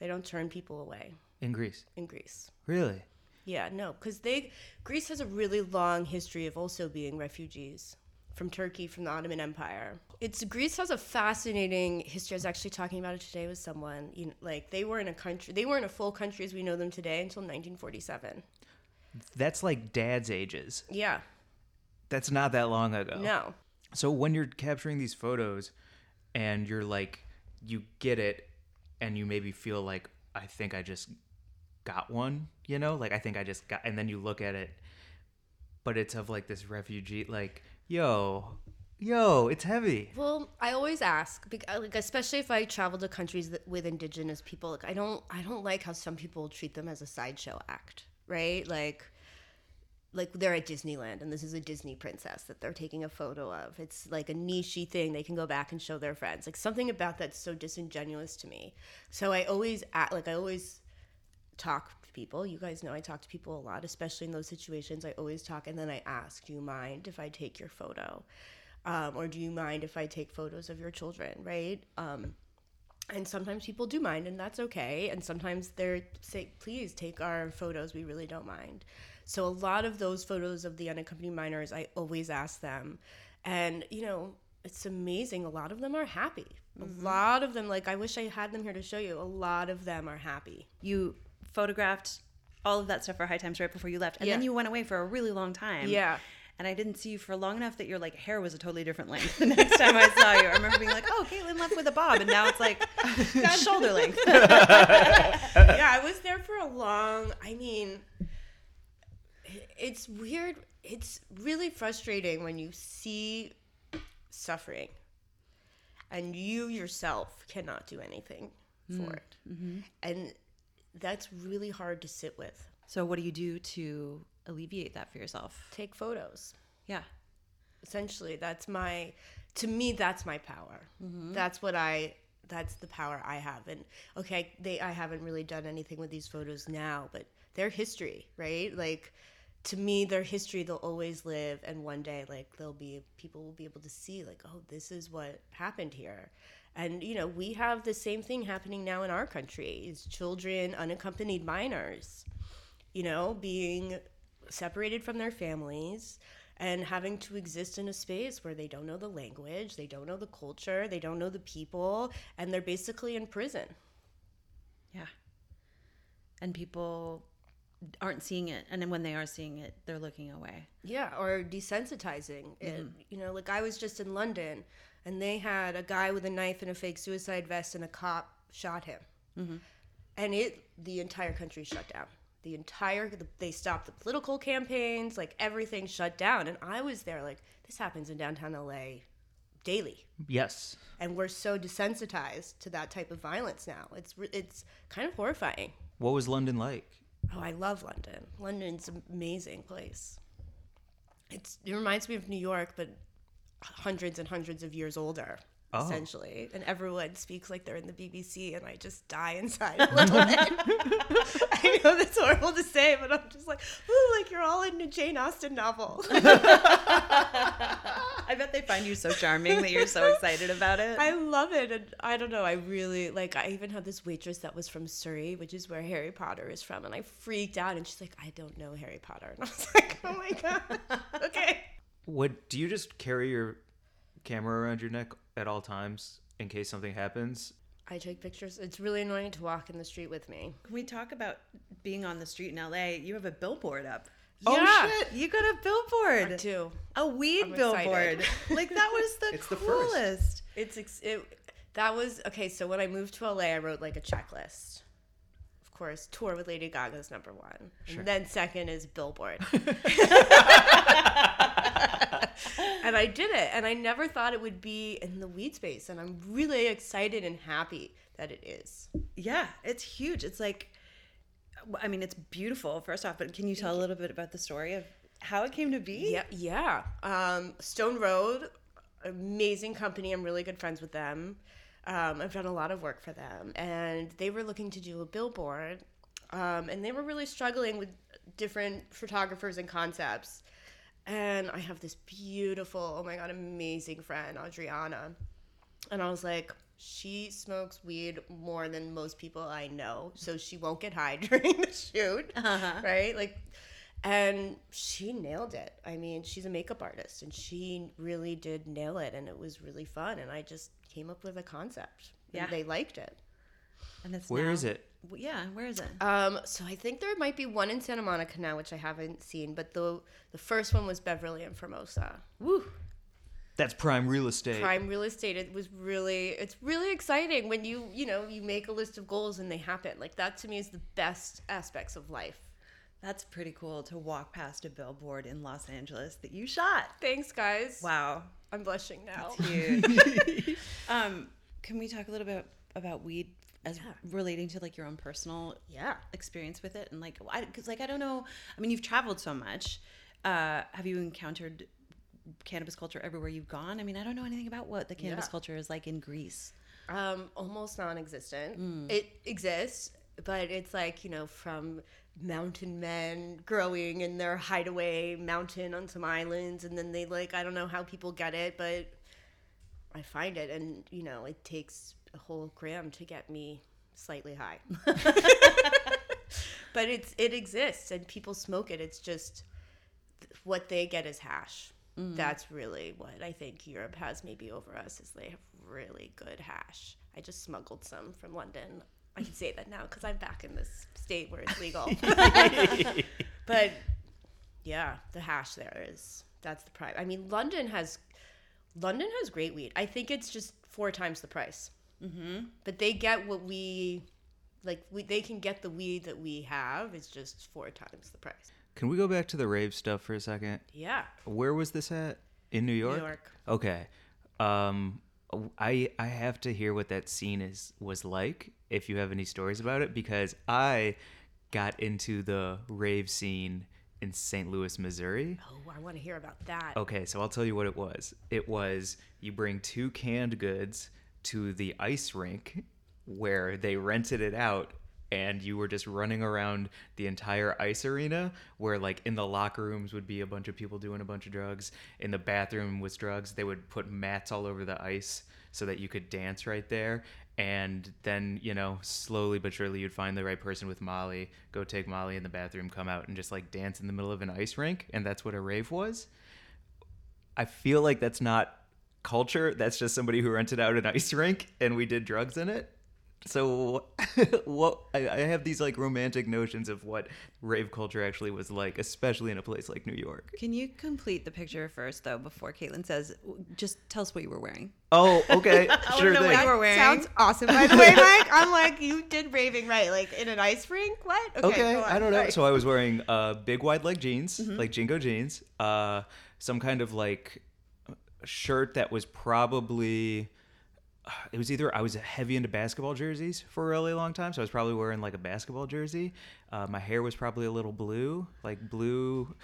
S4: they don't turn people away.
S2: in Greece.
S4: in Greece.
S2: Really?
S4: Yeah, no, because they Greece has a really long history of also being refugees from Turkey from the Ottoman Empire. It's Greece has a fascinating history. I was actually talking about it today with someone. You know, like they were in a country, they weren't a full country as we know them today until 1947.
S2: That's like dad's ages.
S4: Yeah,
S2: That's not that long ago.
S4: no,
S2: So when you're capturing these photos and you're like you get it and you maybe feel like I think I just got one, you know? Like I think I just got and then you look at it but it's of like this refugee like yo yo it's heavy.
S4: Well, I always ask, bec- uh, like especially if I travel to countries that, with indigenous people. Like, I don't, I don't like how some people treat them as a sideshow act, right? Like, like they're at Disneyland and this is a Disney princess that they're taking a photo of. It's like a nichey thing they can go back and show their friends. Like something about that's so disingenuous to me. So I always act like I always talk to people. You guys know I talk to people a lot, especially in those situations. I always talk and then I ask, "Do you mind if I take your photo?" Um, or do you mind if I take photos of your children, right? Um, and sometimes people do mind, and that's okay. And sometimes they're say, please take our photos, we really don't mind. So, a lot of those photos of the unaccompanied minors, I always ask them. And, you know, it's amazing. A lot of them are happy. A lot of them, like, I wish I had them here to show you. A lot of them are happy.
S3: You photographed all of that stuff for High Times right before you left, and then
S4: Yeah.
S3: you went away for a really long time.
S4: Yeah.
S3: And I didn't see you for long enough that your like hair was a totally different length. The next time I saw you, I remember being like, "Oh, Caitlin left with a bob," and now it's like shoulder length.
S4: yeah, I was there for a long. I mean, it's weird. It's really frustrating when you see suffering and you yourself cannot do anything for it. And that's really hard to sit with.
S3: So, what do you do to alleviate that for yourself?
S4: Take photos.
S3: Yeah.
S4: Essentially, that's my to me that's my power. That's what I that's the power I have. And okay, they I haven't really done anything with these photos now, but their history, right? Like to me their history they'll always live and one day like they'll be people will be able to see like oh this is what happened here and you know we have the same thing happening now in our country is children unaccompanied minors you know being separated from their families and having to exist in a space where they don't know the language they don't know the culture they don't know the people and they're basically in prison
S3: Yeah. And people aren't seeing it. And then when they are seeing it, they're looking away.
S4: Yeah, or desensitizing. It, you know, like I was just in London and they had a guy with a knife and a fake suicide vest and a cop shot him. And it the entire country shut down. The entire they stopped the political campaigns, like everything shut down and I was there like this happens in downtown LA daily
S2: Yes.
S4: and we're so desensitized to that type of violence now. It's re- it's kind of horrifying.
S2: What was London like?
S4: Oh, I love London. London's an amazing place. It's it reminds me of New York, but hundreds and hundreds of years older,
S2: Oh.
S4: essentially. And everyone speaks like they're in the BBC, and I just die inside a little bit. I know that's horrible to say, but I'm just like, ooh, like you're all in a Jane Austen novel.
S3: I bet they find you so charming that you're so excited about it.
S4: I love it, and I don't know. I really like. I even had this waitress that was from Surrey, which is where Harry Potter is from, and I freaked out. And she's like, "I don't know Harry Potter," and I was like, "Oh my god, okay."
S2: What do you just carry your camera around your neck at all times in case something happens?
S4: I take pictures. It's really annoying to walk in the street with me.
S3: Can we talk about being on the street in LA? You have a billboard up.
S4: Oh, Yeah.
S3: shit. You got a billboard.
S4: I do.
S3: A weed
S4: I'm
S3: billboard.
S4: excited.
S3: like that was the
S2: It's the first.
S3: coolest.
S4: It's ex- it, that was okay. So when I moved to LA, I wrote like a checklist. Of course, tour with Lady Gaga is number one. And then second is Billboard. and I did it, and I never thought it would be in the weed space, and I'm really excited and happy that it is.
S3: Yeah, it's huge. It's like I mean, it's beautiful first off, but can you tell a little bit about the story of how it came to be?
S4: Yeah, yeah. Um, Stone Road, amazing company. I'm really good friends with them. Um, I've done a lot of work for them, and they were looking to do a billboard, um, and they were really struggling with different photographers and concepts. And I have this beautiful, oh my god, amazing friend, Adriana, and I was like, She smokes weed more than most people I know, so she won't get high during the shoot, right? Like, and she nailed it. I mean, she's a makeup artist, and she really did nail it, and it was really fun. And I just came up with a concept. and
S3: Yeah.
S4: they liked it.
S3: And that's
S2: Where
S3: now-
S2: is it?
S3: W- Yeah, where is it?
S4: Um, so I think there might be one in Santa Monica now, which I haven't seen, but the the first one was Beverly and Formosa.
S3: Woo.
S2: That's prime real estate.
S4: Prime real estate. It was really it's really exciting when you you know you make a list of goals and they happen. Like that to me is the best aspects of life.
S3: That's pretty cool to walk past a billboard in Los Angeles that you shot.
S4: Thanks, guys.
S3: Wow.
S4: I'm blushing now.
S3: Huge. um, can we talk a little bit about weed as relating to like your own personal
S4: Yeah.
S3: experience with it and like I because like I don't know. I mean, you've traveled so much. Uh, have you encountered cannabis culture everywhere you've gone? I mean, I don't know anything about what the cannabis
S4: Yeah.
S3: culture is like in Greece.
S4: Um, almost non-existent. It exists, but it's like you know from mountain men growing in their hideaway mountain on some islands, and then they like I don't know how people get it, but I find it, and you know it takes a whole gram to get me slightly high. but it's it exists, and people smoke it. It's just what they get is hash. That's really what I think Europe has maybe over us is they have really good hash. I just smuggled some from London. I can say that now because I'm back in this state where it's legal. but yeah, the hash there is that's the price. I mean, London has London has great weed. I think it's just four times the price. Mm-hmm. But they get what we like. We, they can get the weed that we have. It's just four times the price.
S2: Can we go back to the rave stuff for a second?
S4: Yeah.
S2: Where was this at? In New York.
S4: York.
S2: Okay. Um, I I have to hear what that scene is was like. If you have any stories about it, because I got into the rave scene in St. Louis, Missouri.
S4: Oh, I want to hear about that.
S2: Okay, so I'll tell you what it was. It was you bring two canned goods to the ice rink where they rented it out and you were just running around the entire ice arena where like in the locker rooms would be a bunch of people doing a bunch of drugs in the bathroom was drugs they would put mats all over the ice so that you could dance right there and then you know slowly but surely you'd find the right person with molly go take molly in the bathroom come out and just like dance in the middle of an ice rink and that's what a rave was I feel like that's not culture. That's just somebody who rented out an ice rink and we did drugs in it. So what I, I have these like romantic notions of what rave culture actually was like, especially in a place like New York.
S3: Can you complete the picture first though before Caitlin says? Just tell us what you were wearing.
S2: Oh, okay, sure
S3: know what
S2: thing.
S3: you were wearing.
S4: Sounds awesome, by the way, Mike. I'm like, you did raving right, like in an ice rink. What?
S2: okay,
S4: go on.
S2: I don't know.
S4: Sorry.
S2: So I was wearing uh, big wide leg jeans,
S3: Mm-hmm.
S2: like Jinko jeans, uh, some kind of like shirt that was probably it was either I was heavy into basketball jerseys for a really long time, so I was probably wearing like a basketball jersey. Uh, my hair was probably a little blue, like blue.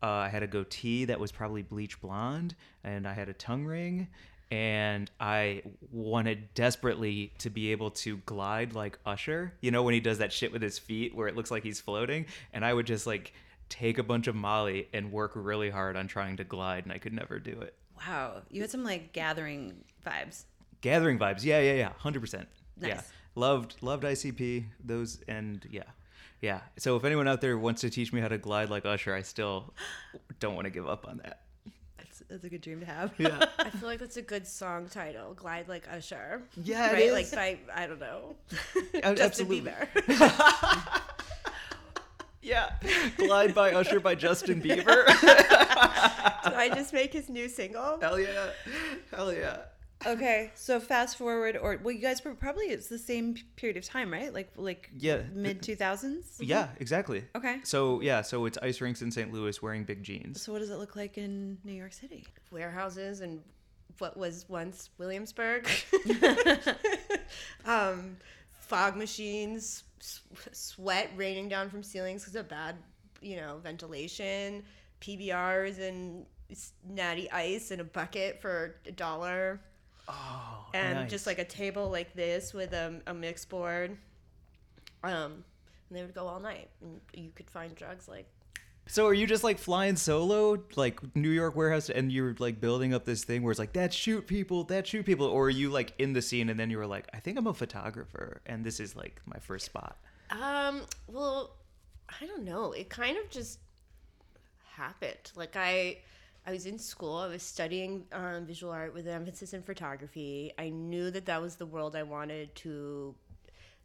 S2: Uh, I had a goatee that was probably bleach blonde, and I had a tongue ring. And I wanted desperately to be able to glide like Usher, you know, when he does that shit with his feet where it looks like he's floating. And I would just like take a bunch of Molly and work really hard on trying to glide, and I could never do it.
S3: Wow, you had some like gathering vibes.
S2: Gathering vibes. Yeah, yeah, yeah. Hundred percent. Yeah.
S3: Nice.
S2: Loved loved ICP. Those and yeah. Yeah. So if anyone out there wants to teach me how to glide like Usher, I still don't want to give up on that.
S3: That's, that's a good dream to have.
S2: Yeah.
S4: I feel like that's a good song title. Glide like Usher.
S2: Yeah, it
S4: right.
S2: is.
S4: Like by I don't know.
S3: Oh,
S2: A- absolutely. yeah. Glide by Usher by Justin Bieber.
S4: Did I just make his new single?
S2: Hell yeah. Hell
S3: Mm-hmm.
S2: yeah.
S3: Okay, so fast forward, or well, you guys were probably it's the same p- period of time, right? Like like
S2: Yeah.
S3: mid two thousands.
S2: Yeah, exactly.
S3: Okay.
S2: So yeah, so it's ice rinks in St. Louis wearing big jeans.
S3: So what does it look like in New York City?
S4: Warehouses and what was once Williamsburg. um, fog machines, s- sweat raining down from ceilings because of bad, you know, ventilation, PBRs and s- natty ice in a bucket for a dollar,
S2: Oh,
S4: and
S2: nice.
S4: just like a table like this with a, a mix Um, board. Um, and they would go all night, and you could find drugs like
S2: So are you just like flying solo, like New York warehouse, and you're like building up this thing where it's like that shoot people, that shoot people, or are you like in the scene and then you were like, I think I'm a photographer, and this is like my first spot.
S4: Um, well, I don't know. It kind of just happened. Like I I was in school. I was studying um, visual art with an emphasis in photography. I knew that that was the world I wanted to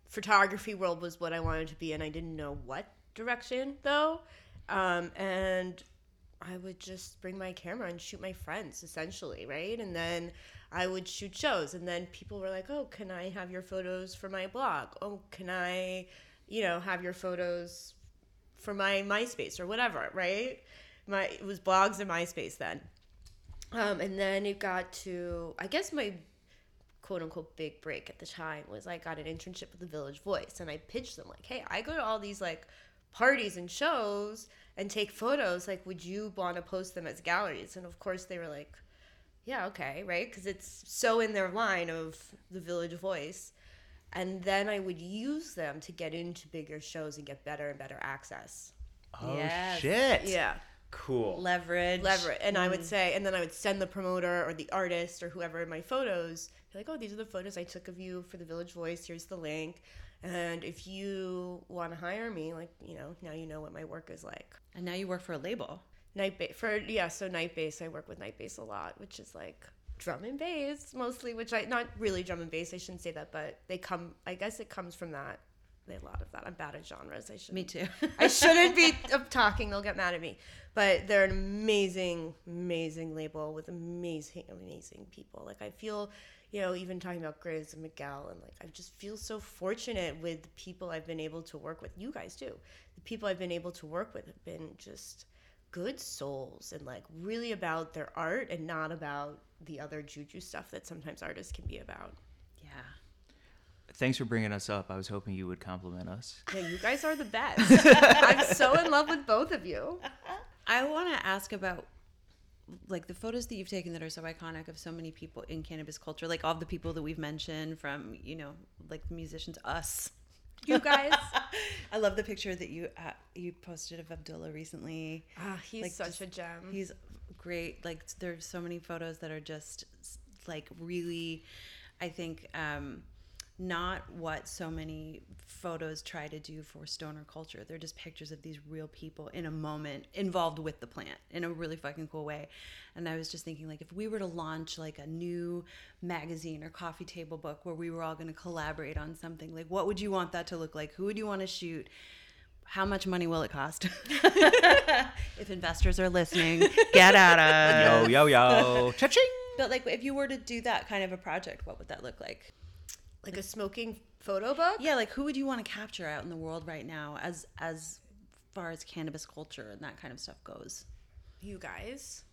S4: photography world was what I wanted to be and I didn't know what direction though. Um, and I would just bring my camera and shoot my friends essentially, right? And then I would shoot shows and then people were like, "Oh, can I have your photos for my blog? Oh, can I, you know, have your photos for my MySpace or whatever, right? My it was blogs and MySpace then. Um, and then it got to I guess my quote unquote big break at the time was I got an internship with the Village Voice and I pitched them like, hey, I go to all these like parties and shows and take photos. Like, would you want to post them as galleries? And of course, they were like, yeah, okay, right? Because it's so in their line of the Village Voice. And then I would use them to get into bigger shows and get better and better access.
S2: Oh
S3: Yes.
S2: shit!
S4: Yeah
S2: cool.
S3: Leverage.
S4: leverage. And I would say, and then I would send the promoter or the artist or whoever my photos. Be like, oh, these are the photos I took of you for the Village Voice. Here's the link. And if you want to hire me, like, you know, now you know what my work is like.
S3: And now you work for a label.
S4: Night base for yeah, so night base. I work with night base a lot, which is like drum and bass mostly, which I not really drum and bass. I shouldn't say that, but they come. I guess it comes from that. A lot of that. I'm bad at genres. I should
S3: Me too.
S4: I shouldn't be up talking. They'll get mad at me. But they're an amazing, amazing label with amazing, amazing people. Like I feel, you know, even talking about Grizz and Miguel, and like I just feel so fortunate with the people I've been able to work with. You guys do. The people I've been able to work with have been just good souls and like really about their art and not about the other juju stuff that sometimes artists can be about.
S3: yeah.
S2: Thanks for bringing us up. I was hoping you would compliment us.
S4: Yeah, you guys are the best. I'm so in love with both of you.
S3: I want to ask about like the photos that you've taken that are so iconic of so many people in cannabis culture, like all the people that we've mentioned from, you know, like the musicians, us.
S4: You guys.
S3: I love the picture that you uh, you posted of Abdullah recently.
S4: Ah, he's
S3: Like,
S4: such
S3: just-
S4: a gem.
S3: He's great. Like there's so many photos that are just like really, I think, um, not what so many photos try to do for stoner culture. They're just pictures of these real people in a moment involved with the plant in a really fucking cool way. And I was just thinking like if we were to launch like a new magazine or coffee table book where we were all going to collaborate on something, like what would you want that to look like? Who would you want to shoot? How much money will it cost? if investors are listening, get at us.
S2: Yo yo yo! Cha-ching!
S3: But like, if you were to do that kind of a project, what would that look like?
S4: like a smoking photo book.
S3: Yeah, like who would you want to capture out in the world right now, as as far as cannabis culture and that kind of stuff goes?
S4: You guys.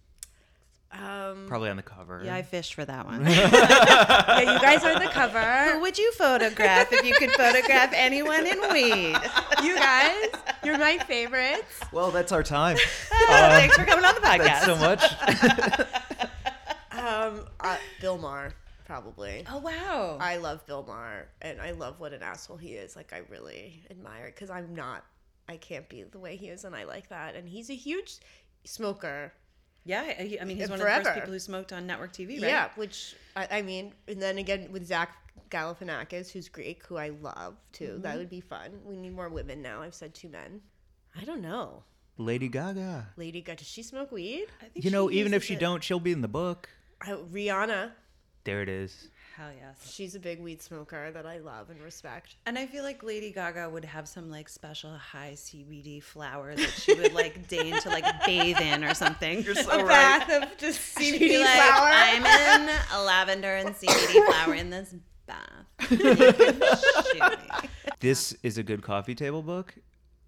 S4: Um,
S2: Probably on the cover.
S3: Yeah, I fished for that one.
S4: yeah, you guys are the
S3: who
S4: cover.
S3: would you photograph if you could photograph anyone in weed?
S4: you guys, you're my favorites.
S2: Well, that's our time. Um,
S3: Thanks for coming on the
S2: Thanks
S3: podcast.
S2: so much.
S4: Um, uh, Bill Maher, probably.
S3: oh wow.
S4: I love Bill Maher, and I love what an asshole he is. Like I really admire it because I'm not. I can't be the way he is, and I like that. And he's a huge smoker.
S3: yeah, I, I mean, he's
S4: And
S3: one of the first
S4: forever.
S3: people who smoked on network TV, right?
S4: Yeah, which I, I mean, and then again with Zach Galifianakis, who's Greek, who I love too. That would be fun. We need more women now. I've said two men. I don't know.
S2: Lady Gaga.
S4: Lady Gaga, does she smoke weed?
S3: I think
S2: You know, even if
S3: uses
S2: she
S3: it.
S2: don't, she'll be in the book.
S4: I, Rihanna,
S2: There it is.
S3: Hell yes.
S4: she's a big weed smoker that I love and respect.
S3: And I feel like Lady Gaga would have some like special high CBD flower that she would like deign to like bathe in or something. You're so
S4: of just
S3: She'd be like, I'm in a lavender and CBD flower in this bath. You can shoot me.
S2: This is a good coffee table book.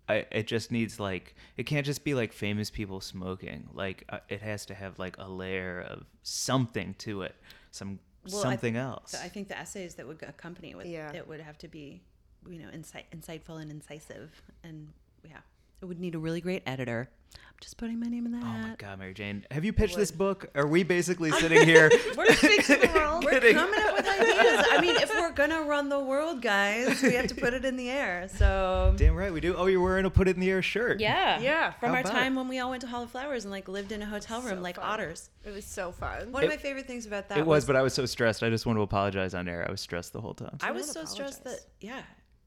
S2: I, it just needs like it can't just be like famous people smoking. Like uh, it has to have like a layer of something to it, some
S3: Well, I-
S2: something else.
S3: So I think the essays that would accompany it would,
S4: Yeah.
S3: it would have to be, you know, insight, insightful and incisive. And yeah, It would need a really great editor. I'm just putting my name in that.
S2: Oh my God, Mary Jane, have you pitched this book? Are we basically sitting here?
S4: We're fixing the world.
S3: We're
S2: Kidding.
S3: coming up with ideas. I mean, if we're gonna run the world, guys, we have to put it in the air. So
S2: Damn right we do. Oh, you're wearing a put it in the air shirt.
S3: yeah,
S4: Yeah.
S3: From
S2: How
S3: our
S2: about
S3: time when we all went to Hall of Flowers and like lived in a hotel room
S4: So
S3: like
S4: fun.
S3: otters.
S4: It was so fun.
S3: One
S2: It-
S3: of my favorite things about that
S2: It was, but I was so stressed. I just want to apologize on air. I was stressed the whole time.
S3: I was so
S4: don't
S3: stressed that
S4: apologize.
S3: yeah.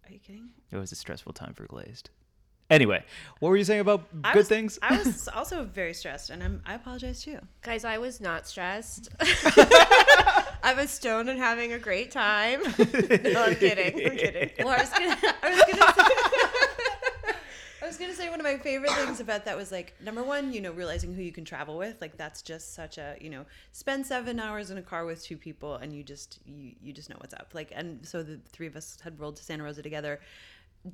S3: Are you kidding?
S2: It was a stressful time for Glazed. Anyway, what were you saying about
S3: I
S2: good
S3: was-
S2: things?
S3: I was also very stressed, and I'm, I apologize too.
S4: Guys, I was not stressed. I was stoned and having a great time. no, I'm kidding. I'm kidding.
S3: Well, I was gonna, I was gonna, say, I was gonna say one of my favorite things about that was like number one, you know, realizing who you can travel with. Like that's just such a you know, spend seven hours in a car with two people, and you just you you just know what's up. Like, and so the three of us had rolled to Santa Rosa together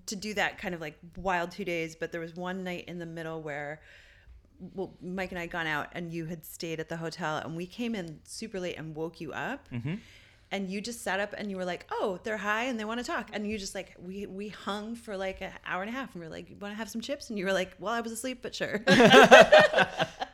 S3: to do that kind of like wild two days. But there was one night in the middle where well, Mike and I had gone out and you had stayed at the hotel and we came in super late and woke you up. And you just sat up and you were like, "Oh, they're high and they want to talk." And you just like we we hung for like an hour and a half and we were like, "You want to have some chips?" And you were like, "Well, I was asleep, but sure."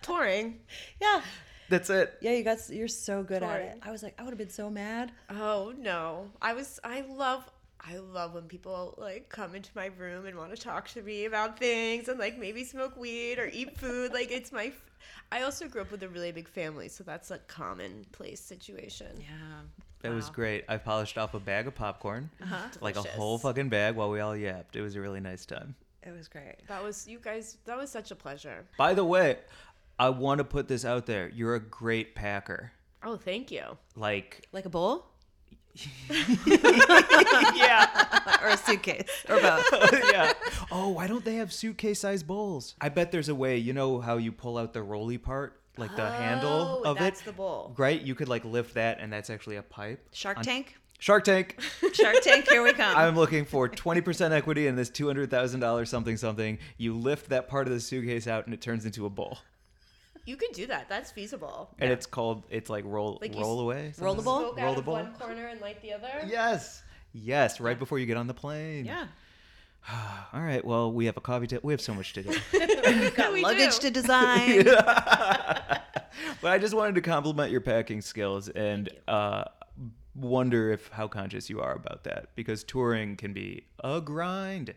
S4: Touring.
S3: yeah,
S2: That's it.
S3: yeah, you got s- you're so good at
S4: Sorry.
S3: it. I was like, I would have been so mad.
S4: Oh no. I was I love I love when people like come into my room and want to talk to me about things and like maybe smoke weed or eat food. Like it's my f- I also grew up with a really big family, so that's a commonplace situation.
S3: Yeah,
S2: That was great. I polished off a bag of popcorn, like a
S4: Uh-huh. Delicious.
S2: whole fucking bag, while we all yapped. It was a really nice time.
S3: It was great.
S4: That was you guys that was such a pleasure.
S2: By the way, I want to put this out there. You're a great packer.
S4: Oh, thank you.
S2: Like,
S3: Like a bowl
S2: yeah,
S3: or a suitcase or both.
S2: yeah. Oh, why don't they have suitcase size bowls? I bet there's a way. You know how you pull out the rolly part, like the handle
S4: oh,
S2: of
S4: that's
S2: it,
S4: the bowl.
S2: right? You could like lift that, and that's actually a pipe.
S3: Shark Tank,
S2: Shark Tank.
S3: Shark Tank, here we come.
S2: I'm looking for 20% equity in this $200,000 something something. You lift that part of the suitcase out and it turns into a bowl.
S4: You could do that. That's feasible.
S2: And it's called, it's like roll,
S4: Like you
S2: roll
S4: s-
S2: away. something.
S3: Roll the bowl?
S4: Smoke
S2: Roll
S4: out
S2: the
S4: of
S2: ball.
S4: one corner and light the other.
S2: Yes. Yes. Right before you get on the plane.
S3: yeah,
S2: All right. Well, we have a coffee. ta- we have so much to do.
S3: we've got
S4: We
S3: luggage
S4: do.
S3: to design.
S2: but I just wanted to compliment your packing skills and uh, wonder if how conscious you are about that because touring can be a grind,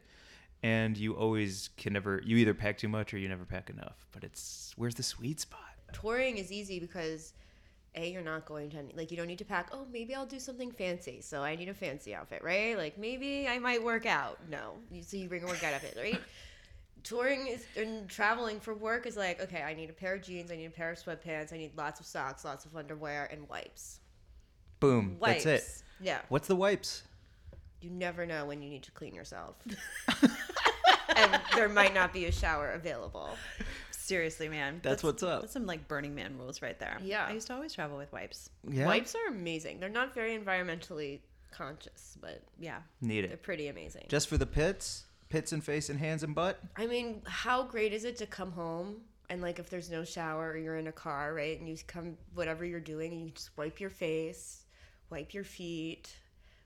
S2: and you always can never you either pack too much or you never pack enough. But it's where's the sweet spot?
S4: touring is easy because a you're not going to any, like you don't need to pack oh maybe i'll do something fancy so i need a fancy outfit right like maybe i might work out no You- so you bring a workout outfit right touring is and traveling for work is like okay i need a pair of jeans i need a pair of sweatpants i need lots of socks lots of underwear and wipes
S2: Boom. That's it.
S3: Wipes.
S4: yeah
S2: What's the wipes?
S4: you never know when you need to clean yourself and there might not be a shower available
S3: Seriously, man.
S2: That's what's up.
S3: That's some like Burning Man rules right there.
S4: Yeah.
S3: I used to always travel with wipes.
S2: Yeah.
S4: wipes are amazing they're not very environmentally conscious but
S3: Yeah.
S2: Need
S4: they're
S2: it
S4: pretty amazing
S2: just for the pits, pits and face and hands and butt.
S4: I mean, how great is it to come home and like if there's no shower or you're in a car, right? And you come whatever you're doing and you just wipe your face, wipe your feet,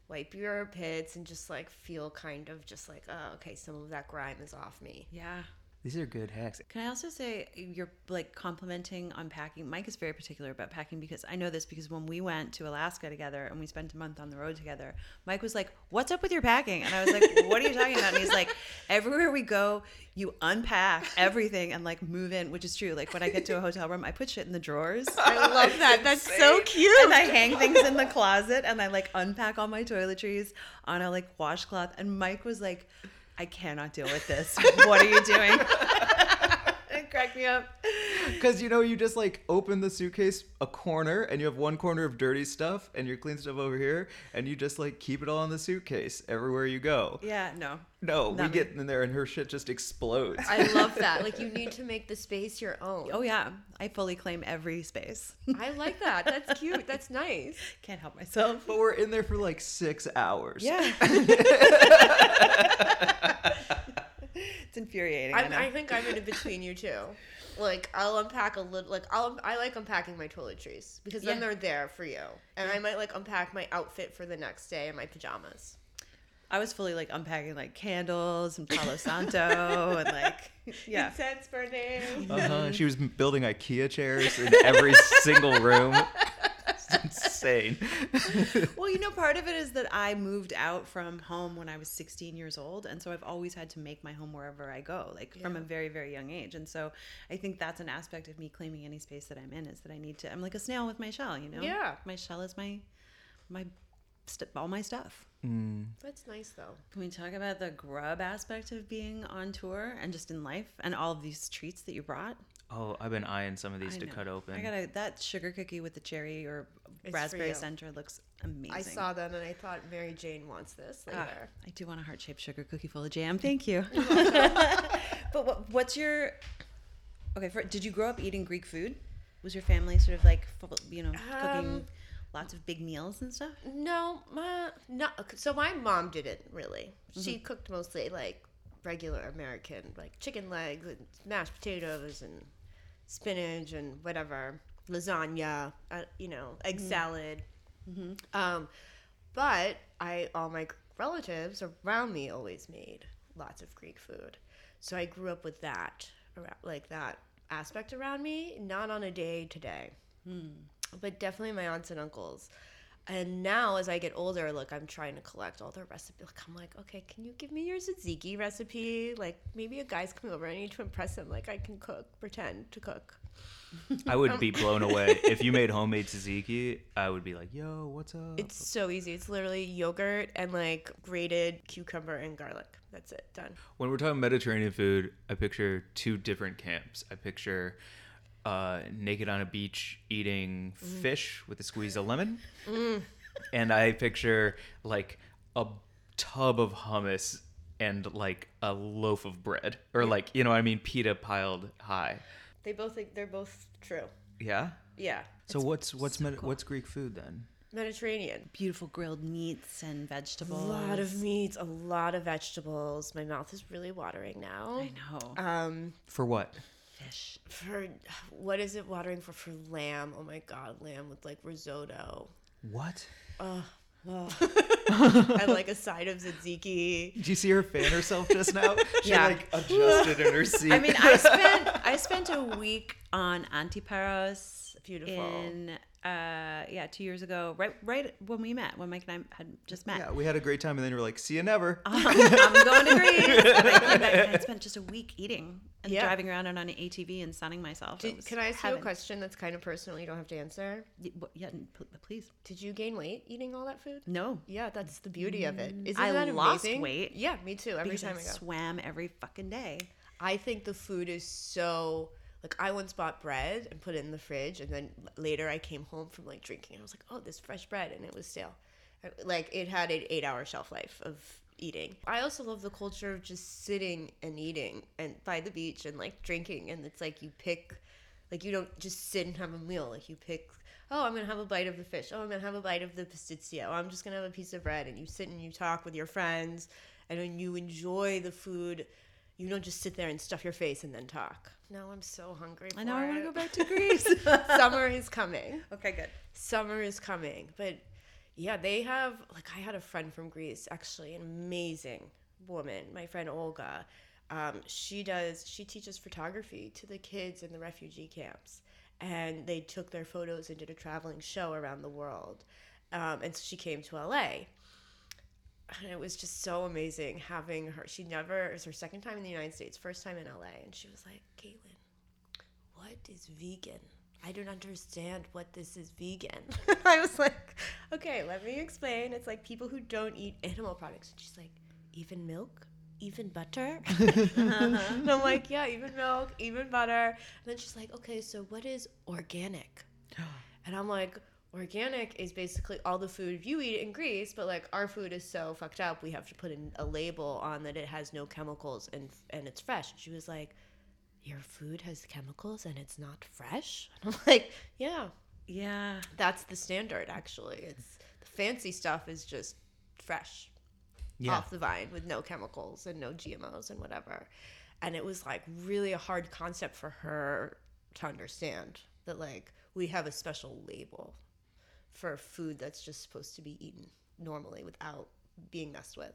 S4: wipe your pits and just like feel kind of just like, oh, okay, some of that grime is off me.
S3: Yeah.
S2: These are good hacks.
S3: Can I also say you're like complimenting on packing? Mike is very particular about packing because I know this because when we went to Alaska together and we spent a month on the road together, Mike was like, What's up with your packing? And I was like, What are you talking about? And he's like, Everywhere we go, you unpack everything and like move in, which is true. Like when I get to a hotel room, I put shit in the drawers.
S4: I love that. That's so cute.
S3: and I hang things in the closet and I like unpack all my toiletries on a like washcloth. And Mike was like, I cannot deal with this. What are you doing? it cracked me up.
S2: Because you know, you just like open the suitcase a corner, and you have one corner of dirty stuff, and your clean stuff over here, and you just like keep it all in the suitcase everywhere you go.
S3: Yeah, no.
S2: No, we
S3: Not me.
S2: get in there, and her shit just explodes.
S4: I love that. Like you need to make the space your own.
S3: Oh, yeah. I fully claim every space.
S4: I like that. That's cute. That's nice.
S3: Can't help myself.
S2: but we're in there for like six hours.
S3: Yeah. it's infuriating. I
S4: I'm,
S3: know.
S4: I think I'm in between you two. Like I'll unpack a little. Like I'll um, I like unpacking my toiletries because then
S3: Yeah.
S4: they're there for you, and I might like unpack my outfit for the next day and my pajamas.
S3: I was fully like unpacking like candles and Palo Santo and like yeah.
S4: Incense burning.
S2: Uh-huh. She was building IKEA chairs in every single room. It's insane.
S3: Well, you know, part of it is that I moved out from home when I was 16 years old. And so I've always had to make my home wherever I go, like from a very, very young age. And so I think that's an aspect of me claiming any space that I'm in is that I need to, I'm like a snail with my shell, you know?
S4: Yeah.
S3: My shell is my, my, st- all my stuff.
S4: That's nice though.
S3: Can we talk about the grub aspect of being on tour and just in life and all of these treats that you brought?
S2: Oh, I've been eyeing some of these
S3: I
S2: to
S3: know.
S2: cut open.
S3: I gotta, that sugar cookie with the cherry or
S4: for
S3: raspberry
S4: you.
S3: center looks amazing.
S4: I saw them and I thought Mary Jane wants this
S3: Ah,
S4: later.
S3: I do want a heart shaped sugar cookie full of jam. Thank you. but what, what's your okay? For, did you grow up eating Greek food? Was your family sort of like full, you know cooking
S4: Um,
S3: lots of big meals and stuff?
S4: No, my no. So my mom didn't really. She cooked mostly like regular American, like chicken legs and mashed potatoes and spinach and whatever lasagna. Uh, you know, egg salad. Um, but I all my relatives around me always made lots of Greek food, so I grew up with that around, like that aspect around me. Not on a day to day but definitely my aunts and uncles. And now, as I get older, look, I'm trying to collect all their recipes. Like, I'm like, okay, can you give me your tzatziki recipe? Like, maybe a guy's coming over. I need to impress him. Like, I can cook, pretend to cook.
S2: I would be blown away if you made homemade tzatziki. I would be like, "Yo, what's up?"
S4: It's so easy. It's literally yogurt and like grated cucumber and garlic. That's it. Done.
S2: when we're talking Mediterranean food, I picture two different camps. I picture uh, naked on a beach eating fish with a squeeze of lemon, and I picture like a tub of hummus and like a loaf of bread, or like you know what I mean, pita piled high.
S4: They both think they're both true.
S2: Yeah.
S4: Yeah.
S2: So what's what's Med- what's Greek food then?
S4: Mediterranean.
S3: Beautiful grilled meats and vegetables.
S4: A lot of meats, a lot of vegetables. My mouth is really watering now.
S3: I know
S4: Um,
S2: For what?
S3: fish.
S4: for what is it watering for for lamb oh my god lamb with like risotto
S2: What?
S4: and like a side of tzatziki
S2: Did you see her fan herself just now? She
S3: Yeah.
S2: like adjusted in her seat.
S3: I mean, I spent I spent a week on Antiparos.
S4: Beautiful.
S3: In uh, yeah, two years ago, right right when we met, when Mike and I had just met.
S2: yeah, we had a great time, and then you were like, "See you never."
S3: Uh, I'm going to Greece. And I came back and I spent just a week eating and
S4: Yeah.
S3: driving around and on an ATV and sunning myself. It was
S4: can i ask you
S3: heaven.
S4: a question that's kind of personal you don't have to answer
S3: Y- what- Yeah, n- p- please.
S4: did you gain weight eating all that food
S3: No.
S4: yeah that's the beauty of it isn't
S3: I
S4: that
S3: lost
S4: amazing
S3: weight
S4: yeah me too every
S3: Because I,
S4: time i go
S3: swam every fucking day.
S4: I think the food is so like I once bought bread and put it in the fridge, and then l- later I came home from like drinking. and I was like, oh, this fresh bread, and it was stale. I- Like it had an eight-hour shelf life of eating. I also love the culture of just sitting and eating and by the beach and like drinking, and it's like you pick, like you don't just sit and have a meal. Like you pick. Oh, I'm gonna have a bite of the fish. Oh, I'm gonna have a bite of the pistizio. Oh, I'm just gonna have a piece of bread, and you sit and you talk with your friends, and then you enjoy the food you don't just sit there and stuff your face and then talk. No, I'm so hungry. For
S3: I know I want to
S4: it.
S3: go back to Greece.
S4: Summer is coming.
S3: okay, good.
S4: Summer is coming. But yeah, they have like I had a friend from Greece, actually an amazing woman, my friend Olga. Um, she does she teaches photography to the kids in the refugee camps, and they took their photos and did a traveling show around the world. Um, and so she came to LA and it was just so amazing having her. She never it was her second time in the United States, first time in LA, and she was like, "Caitlin, what is vegan? I don't understand what this is vegan." I was like, "Okay, let me explain." It's like people who don't eat animal products, and she's like, "Even milk." Even butter? and I'm like, yeah, even milk, even butter. And then she's like, okay, so what is organic? And I'm like, organic is basically all the food you eat in Greece, but like our food is so fucked up, we have to put in a label on that it has no chemicals and and it's fresh. And she was like, "Your food has chemicals and it's not fresh." And I'm like, "Yeah,
S3: Yeah.
S4: that's the standard actually. It's the fancy stuff is just fresh
S2: Yeah.
S4: off the vine with no chemicals and no GMOs and whatever." And it was like really a hard concept for her to understand that like we have a special label for food that's just supposed to be eaten normally without being messed with.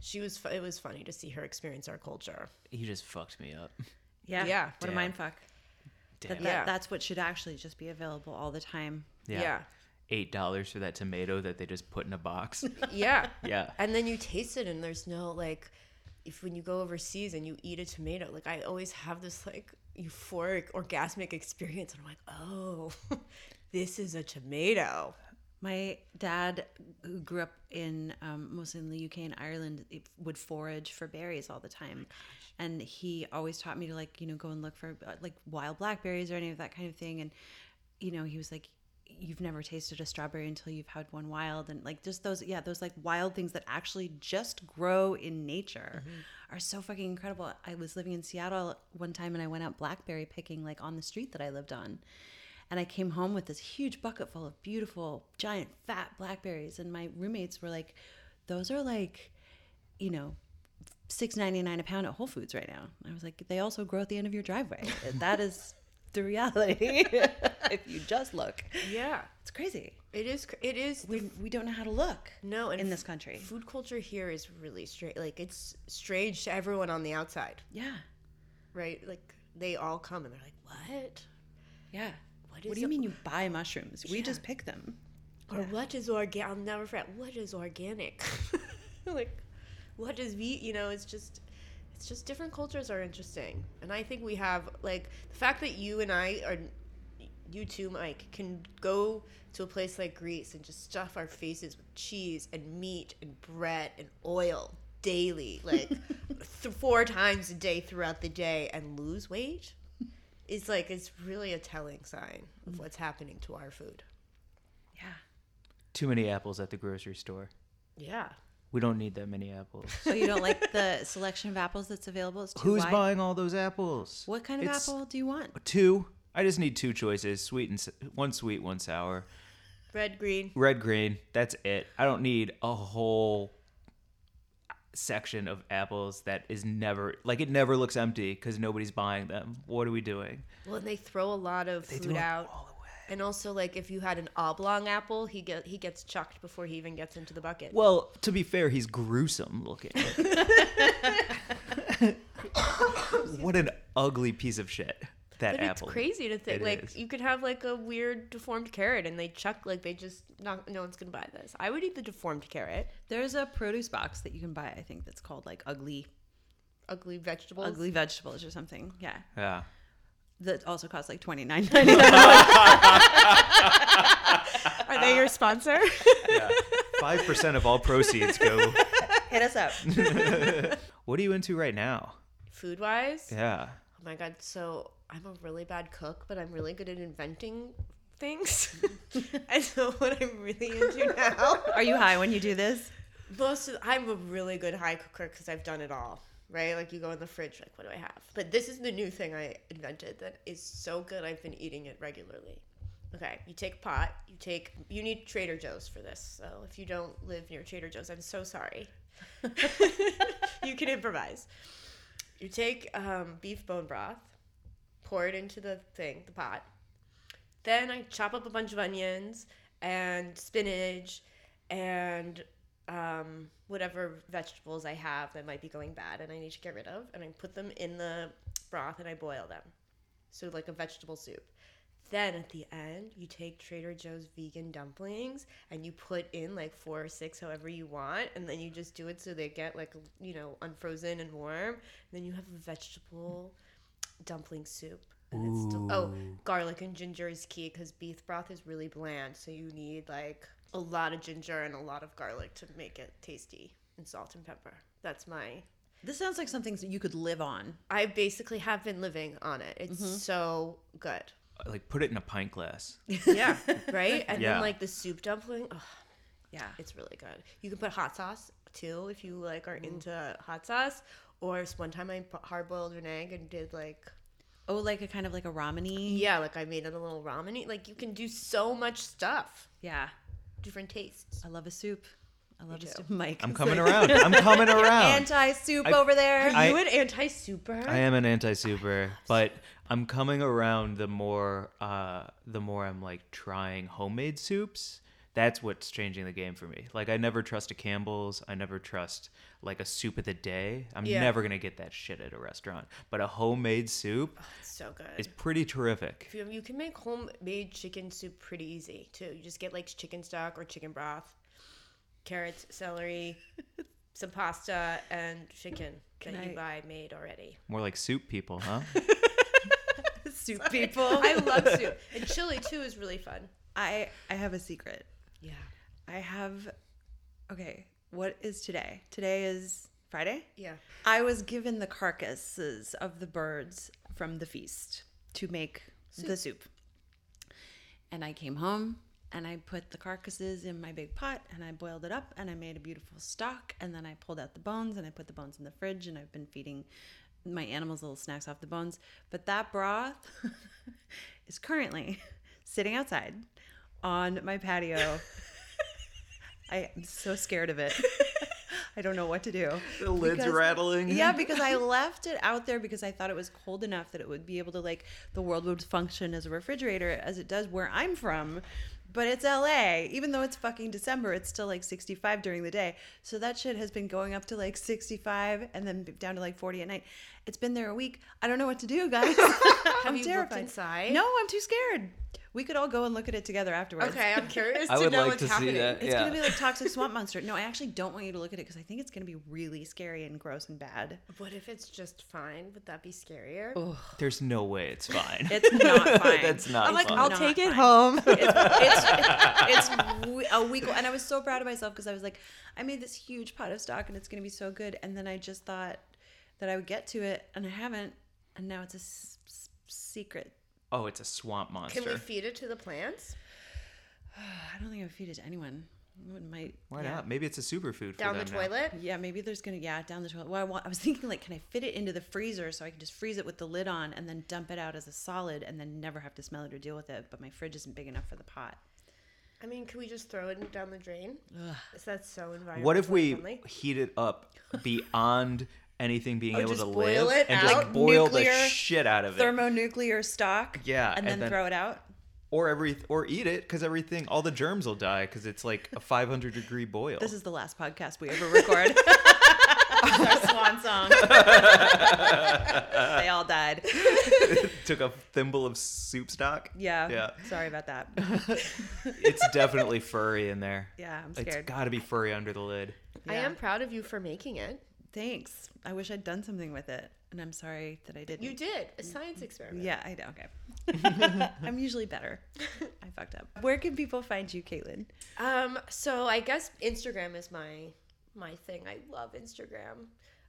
S4: She was. fu- It was funny to see her experience our culture.
S5: You just fucked me up.
S3: Yeah.
S4: Yeah.
S3: What a
S5: Damn.
S3: mind fuck. That,
S5: Damn.
S3: that-
S4: Yeah.
S3: That's what should actually just be available all the time.
S4: Yeah.
S5: Eight dollars for that tomato that they just put in a box.
S4: Yeah.
S5: yeah.
S4: and then you taste it, and there's no like, if when you go overseas and you eat a tomato, like I always have this like euphoric orgasmic experience, and I'm like, oh, this is a tomato.
S3: My dad, who grew up in um, mostly in the UK and Ireland, it- would forage for berries all the time, and he always taught me to like you know go and look for uh, like wild blackberries or any of that kind of thing. And you know he was like, "You've never tasted a strawberry until you've had one wild," and like just those yeah those like wild things that actually just grow in nature are so fucking incredible. I was living in Seattle one time and I went out blackberry picking like on the street that I lived on. And I came home with this huge bucket full of beautiful, giant, fat blackberries. And my roommates were like, those are like, you know, six ninety nine a pound at Whole Foods right now. And I was like, they also grow at the end of your driveway. that is the reality. if you just look.
S4: Yeah,
S3: It's crazy.
S4: it is. cr- It is.
S3: We, we don't know how to look.
S4: no, and
S3: in
S4: f-
S3: this country.
S4: food culture here is really strange. Like it's strange to everyone on the outside,
S3: Yeah.
S4: right? Like they all come and they're like, what?
S3: Yeah.
S4: What
S3: What,
S4: is
S3: do you
S4: a-
S3: mean you buy mushrooms? We just pick them.
S4: Or what is organic? I'll never forget. What is organic? like, what is ve? You know, it's just, it's just different cultures are interesting, and I think we have like the fact that you and I are, you two, Mike, can go to a place like Greece and just stuff our faces with cheese and meat and bread and oil daily, like th- four times a day throughout the day, and lose weight. Is like it's really a telling sign of what's happening to our food.
S3: Yeah.
S2: Too many apples at the grocery store.
S4: Yeah.
S2: We don't need that many apples.
S3: So you don't like the selection of apples that's available? It's too
S2: Who's
S3: wide?
S2: buying all those apples?
S3: What kind of
S2: It's-
S3: apple do you want?
S2: Two. I just need two choices: sweet and s- one sweet, one sour.
S4: Red, green.
S2: Red, green. That's it. I don't need a whole section of apples that is never like it never looks empty because nobody's buying them. What are we doing?
S4: Well, and they throw a lot of food
S2: it
S4: out.
S2: all away.
S4: And also, like if you had an oblong apple, he get he gets chucked before he even gets into the bucket.
S2: Well, to be fair, he's gruesome looking. what an ugly piece of shit that
S4: but
S2: apple.
S4: it's crazy to think
S2: It
S4: like
S2: is.
S4: you could have like a weird deformed carrot, and they chuck like they just not no one's gonna buy this. I would eat the deformed carrot,
S3: There's a produce box that you can buy, I think, that's called like ugly
S4: ugly vegetables.
S3: ugly vegetables or something. Yeah.
S2: Yeah.
S3: That also costs like twenty nine ninety nine.
S4: Are they your sponsor?
S2: Five percent of all proceeds go.
S3: Hit us up.
S2: What are you into right now?
S4: food wise,
S2: Yeah.
S4: oh my god! So I'm a really bad cook, but I'm really good at inventing things. and so what I'm really into now.
S3: Are you high when you do this?
S4: Most of, I'm a really good high cooker because I've done it all, right? Like you go in the fridge, like what do I have? But this is the new thing I invented that is so good. I've been eating it regularly. Okay, you take pot. You take. You need Trader Joe's for this. So if you don't live near Trader Joe's, I'm so sorry. you can improvise. You take um, beef bone broth, pour it into the thing, the pot. Then I chop up a bunch of onions and spinach and um, whatever vegetables I have that might be going bad and I need to get rid of, and I put them in the broth and I boil them. So, like a vegetable soup. Then at the end, you take Trader Joe's vegan dumplings and you put in like four or six, however you want, and then you just do it so they get like, you know, unfrozen and warm. And then you have a vegetable dumpling soup. And it's del- oh, garlic and ginger is key because beef broth is really bland, so you need like a lot of ginger and a lot of garlic to make it tasty, and salt and pepper. That's my.
S3: This sounds like something that you could live on.
S4: I basically have been living on it. It's so good.
S2: Like put it in a pint glass.
S4: Yeah. right? And
S2: Yeah.
S4: then like the soup dumpling, oh,
S3: Yeah.
S4: it's really good. You can put hot sauce too if you like are into hot sauce. Or s- one time I bu- hard boiled an egg and did like
S3: Oh, like a kind of like a rameny.
S4: yeah, like I made it a little ramen. Like you can do so much stuff,
S3: Yeah.
S4: different tastes.
S3: I love a soup. I love a
S4: too.
S3: soup. Mike.
S2: I'm
S3: is
S2: coming
S3: like,
S2: around. I'm coming around.
S3: Anti soup
S2: I-
S3: over there.
S2: I-
S4: you an anti super?
S2: I am an anti-super, but I'm coming around the more uh the more I'm like trying homemade soups That's what's changing the game for me. Like I never trust a Campbell's. I never trust like a soup of the day. I'm
S4: Yeah.
S2: never gonna get that shit at a restaurant. But a homemade soup
S4: It's so good.
S2: is pretty terrific.
S4: If you, you can make homemade chicken soup pretty easy too. You just get like chicken stock or chicken broth, carrots, celery, some pasta, and chicken that you
S3: I-
S4: buy made already.
S2: More like soup people, huh?
S3: soup people.
S4: I love soup, and chili too is really fun.
S3: I I have a secret.
S4: Yeah.
S3: I have Okay, what is today? Today is Friday?
S4: Yeah.
S3: I was given the carcasses of the birds from the feast to make the soup. And I came home and I put the carcasses in my big pot and I boiled it up and I made a beautiful stock and then I pulled out the bones and I put the bones in the fridge and I've been feeding my animals little snacks off the bones. But that broth is currently sitting outside on my patio. I am so scared of it. I don't know what to do.
S2: The lid's
S3: Because-
S2: rattling.
S3: yeah, because I left it out there because I thought it was cold enough that it would be able to like the world would function as a refrigerator as it does where I'm from. But it's LA. Even though it's fucking December, it's still like 65 during the day. So that shit has been going up to like 65 and then down to like 40 at night. It's been there a week. I don't know what to do, guys. I'm
S4: you looked
S3: terrified.
S4: inside?
S3: No, I'm too scared. We could all go and look at it together afterwards.
S4: Okay, I'm curious
S5: I
S4: to
S5: would
S4: know
S5: like
S4: what's
S5: to see
S4: happening.
S5: that.
S3: It's
S5: Yeah.
S3: gonna be like toxic swamp monster. No, I actually don't want you to look at it because I think it's gonna be really scary and gross and bad.
S4: What if it's just fine? Would that be scarier?
S2: There's no way it's fine.
S3: It's not fine.
S5: That's not
S3: I'm like,
S5: fun.
S3: I'll
S5: Not
S3: take it home.
S6: home.
S3: It's, it's, it's we- a week, and I was so proud of myself because I was like, I made this huge pot of stock, and it's gonna be so good. And then I just thought that I would get to it, and I haven't. And now it's a s- s- secret.
S2: oh, it's a swamp monster.
S4: Can we feed it to the plants
S3: I don't think I would feed it to anyone. It might.
S2: Why
S3: yeah.
S2: not? Maybe it's a superfood for
S4: down the
S2: them now.
S4: toilet?
S3: Yeah, maybe there's gonna yeah down the toilet. Well, I, want, I was thinking like, can I fit it into the freezer so I can just freeze it with the lid on and then dump it out as a solid and then never have to smell it or deal with it? But my fridge isn't big enough for the pot.
S4: I mean, can we just throw it down the drain? Is that so environmentally
S2: What if we
S4: friendly?
S2: heat it up beyond anything
S3: Oh,
S2: being able
S4: just
S2: to
S4: boil
S2: live
S4: it
S2: and
S4: out?
S2: just boil
S3: Nuclear
S2: the shit out of it,
S3: Thermonuclear stock.
S2: Yeah,
S3: and
S2: and
S3: then,
S2: then-
S3: throw it out.
S2: or every or eat it because everything, all the germs will die because it's like a 500 degree boil.
S3: This is the last podcast we ever record. Our swan song. they all died.
S2: Took a thimble of soup stock.
S3: Yeah.
S2: yeah.
S3: Sorry about that.
S2: It's definitely furry in there.
S3: Yeah, I'm
S2: It's
S3: scared.
S2: got to be furry under the lid.
S4: I
S3: Yeah.
S4: am proud of you for making it.
S3: Thanks. I wish I'd done something with it, and I'm sorry that I didn't.
S4: You did a science experiment.
S3: Mm. Yeah, I know. Okay. I'm usually better. I fucked up. Where can people find you, Caitlin?
S4: Um, so I guess Instagram is my my thing. I love Instagram.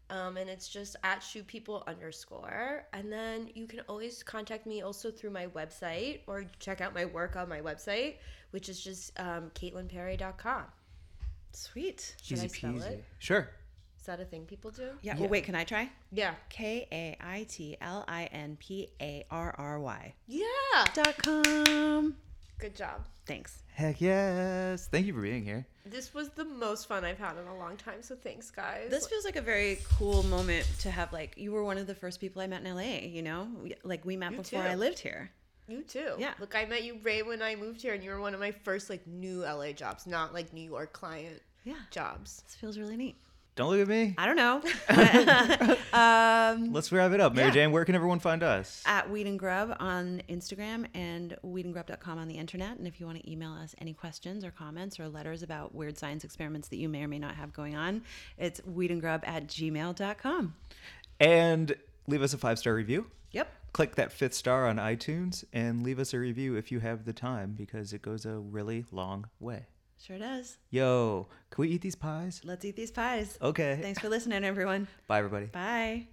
S4: Um, and it's just at shoe people underscore. And then you can always contact me also through my website or check out my work on my website, which is just um, CaitlinPerry.com.
S3: Sweet.
S4: Should I spell it?
S2: Sure.
S4: Is that a thing people do?
S3: Yeah. Well, wait, can I try?
S4: Yeah.
S3: K A I T L I N P A R R Y
S4: Yeah.
S3: dot com.
S4: Good job.
S3: Thanks.
S2: Heck yes. Thank you for being here.
S4: This was the most fun I've had in a long time. So thanks, guys.
S3: This feels like a very cool moment to have. Like, you were one of the first people I met in LA, you know? We- Like, we met before
S4: too.
S3: I lived here.
S4: You too.
S3: Yeah.
S4: Look, I met you Ray when I moved here, and you were one of my first like new LA jobs, not like New York client
S3: Yeah.
S4: jobs.
S3: This feels really neat.
S2: Don't look at me.
S3: I don't know. um,
S2: Let's wrap it up. Mary
S3: Yeah.
S2: Jane, where can everyone find us?
S3: at Weed and Grub on Instagram and weedandgrub.com on the internet. And if you want to email us any questions or comments or letters about weird science experiments that you may or may not have going on, it's weedandgrub at gmail.com.
S2: and leave us a five star review.
S3: Yep.
S2: Click that fifth star on iTunes and leave us a review if you have the time because it goes a really long way.
S3: Sure does.
S2: Yo, can we eat these pies?
S3: Let's eat these pies.
S2: Okay.
S3: Thanks for listening, everyone.
S2: Bye, everybody.
S3: Bye.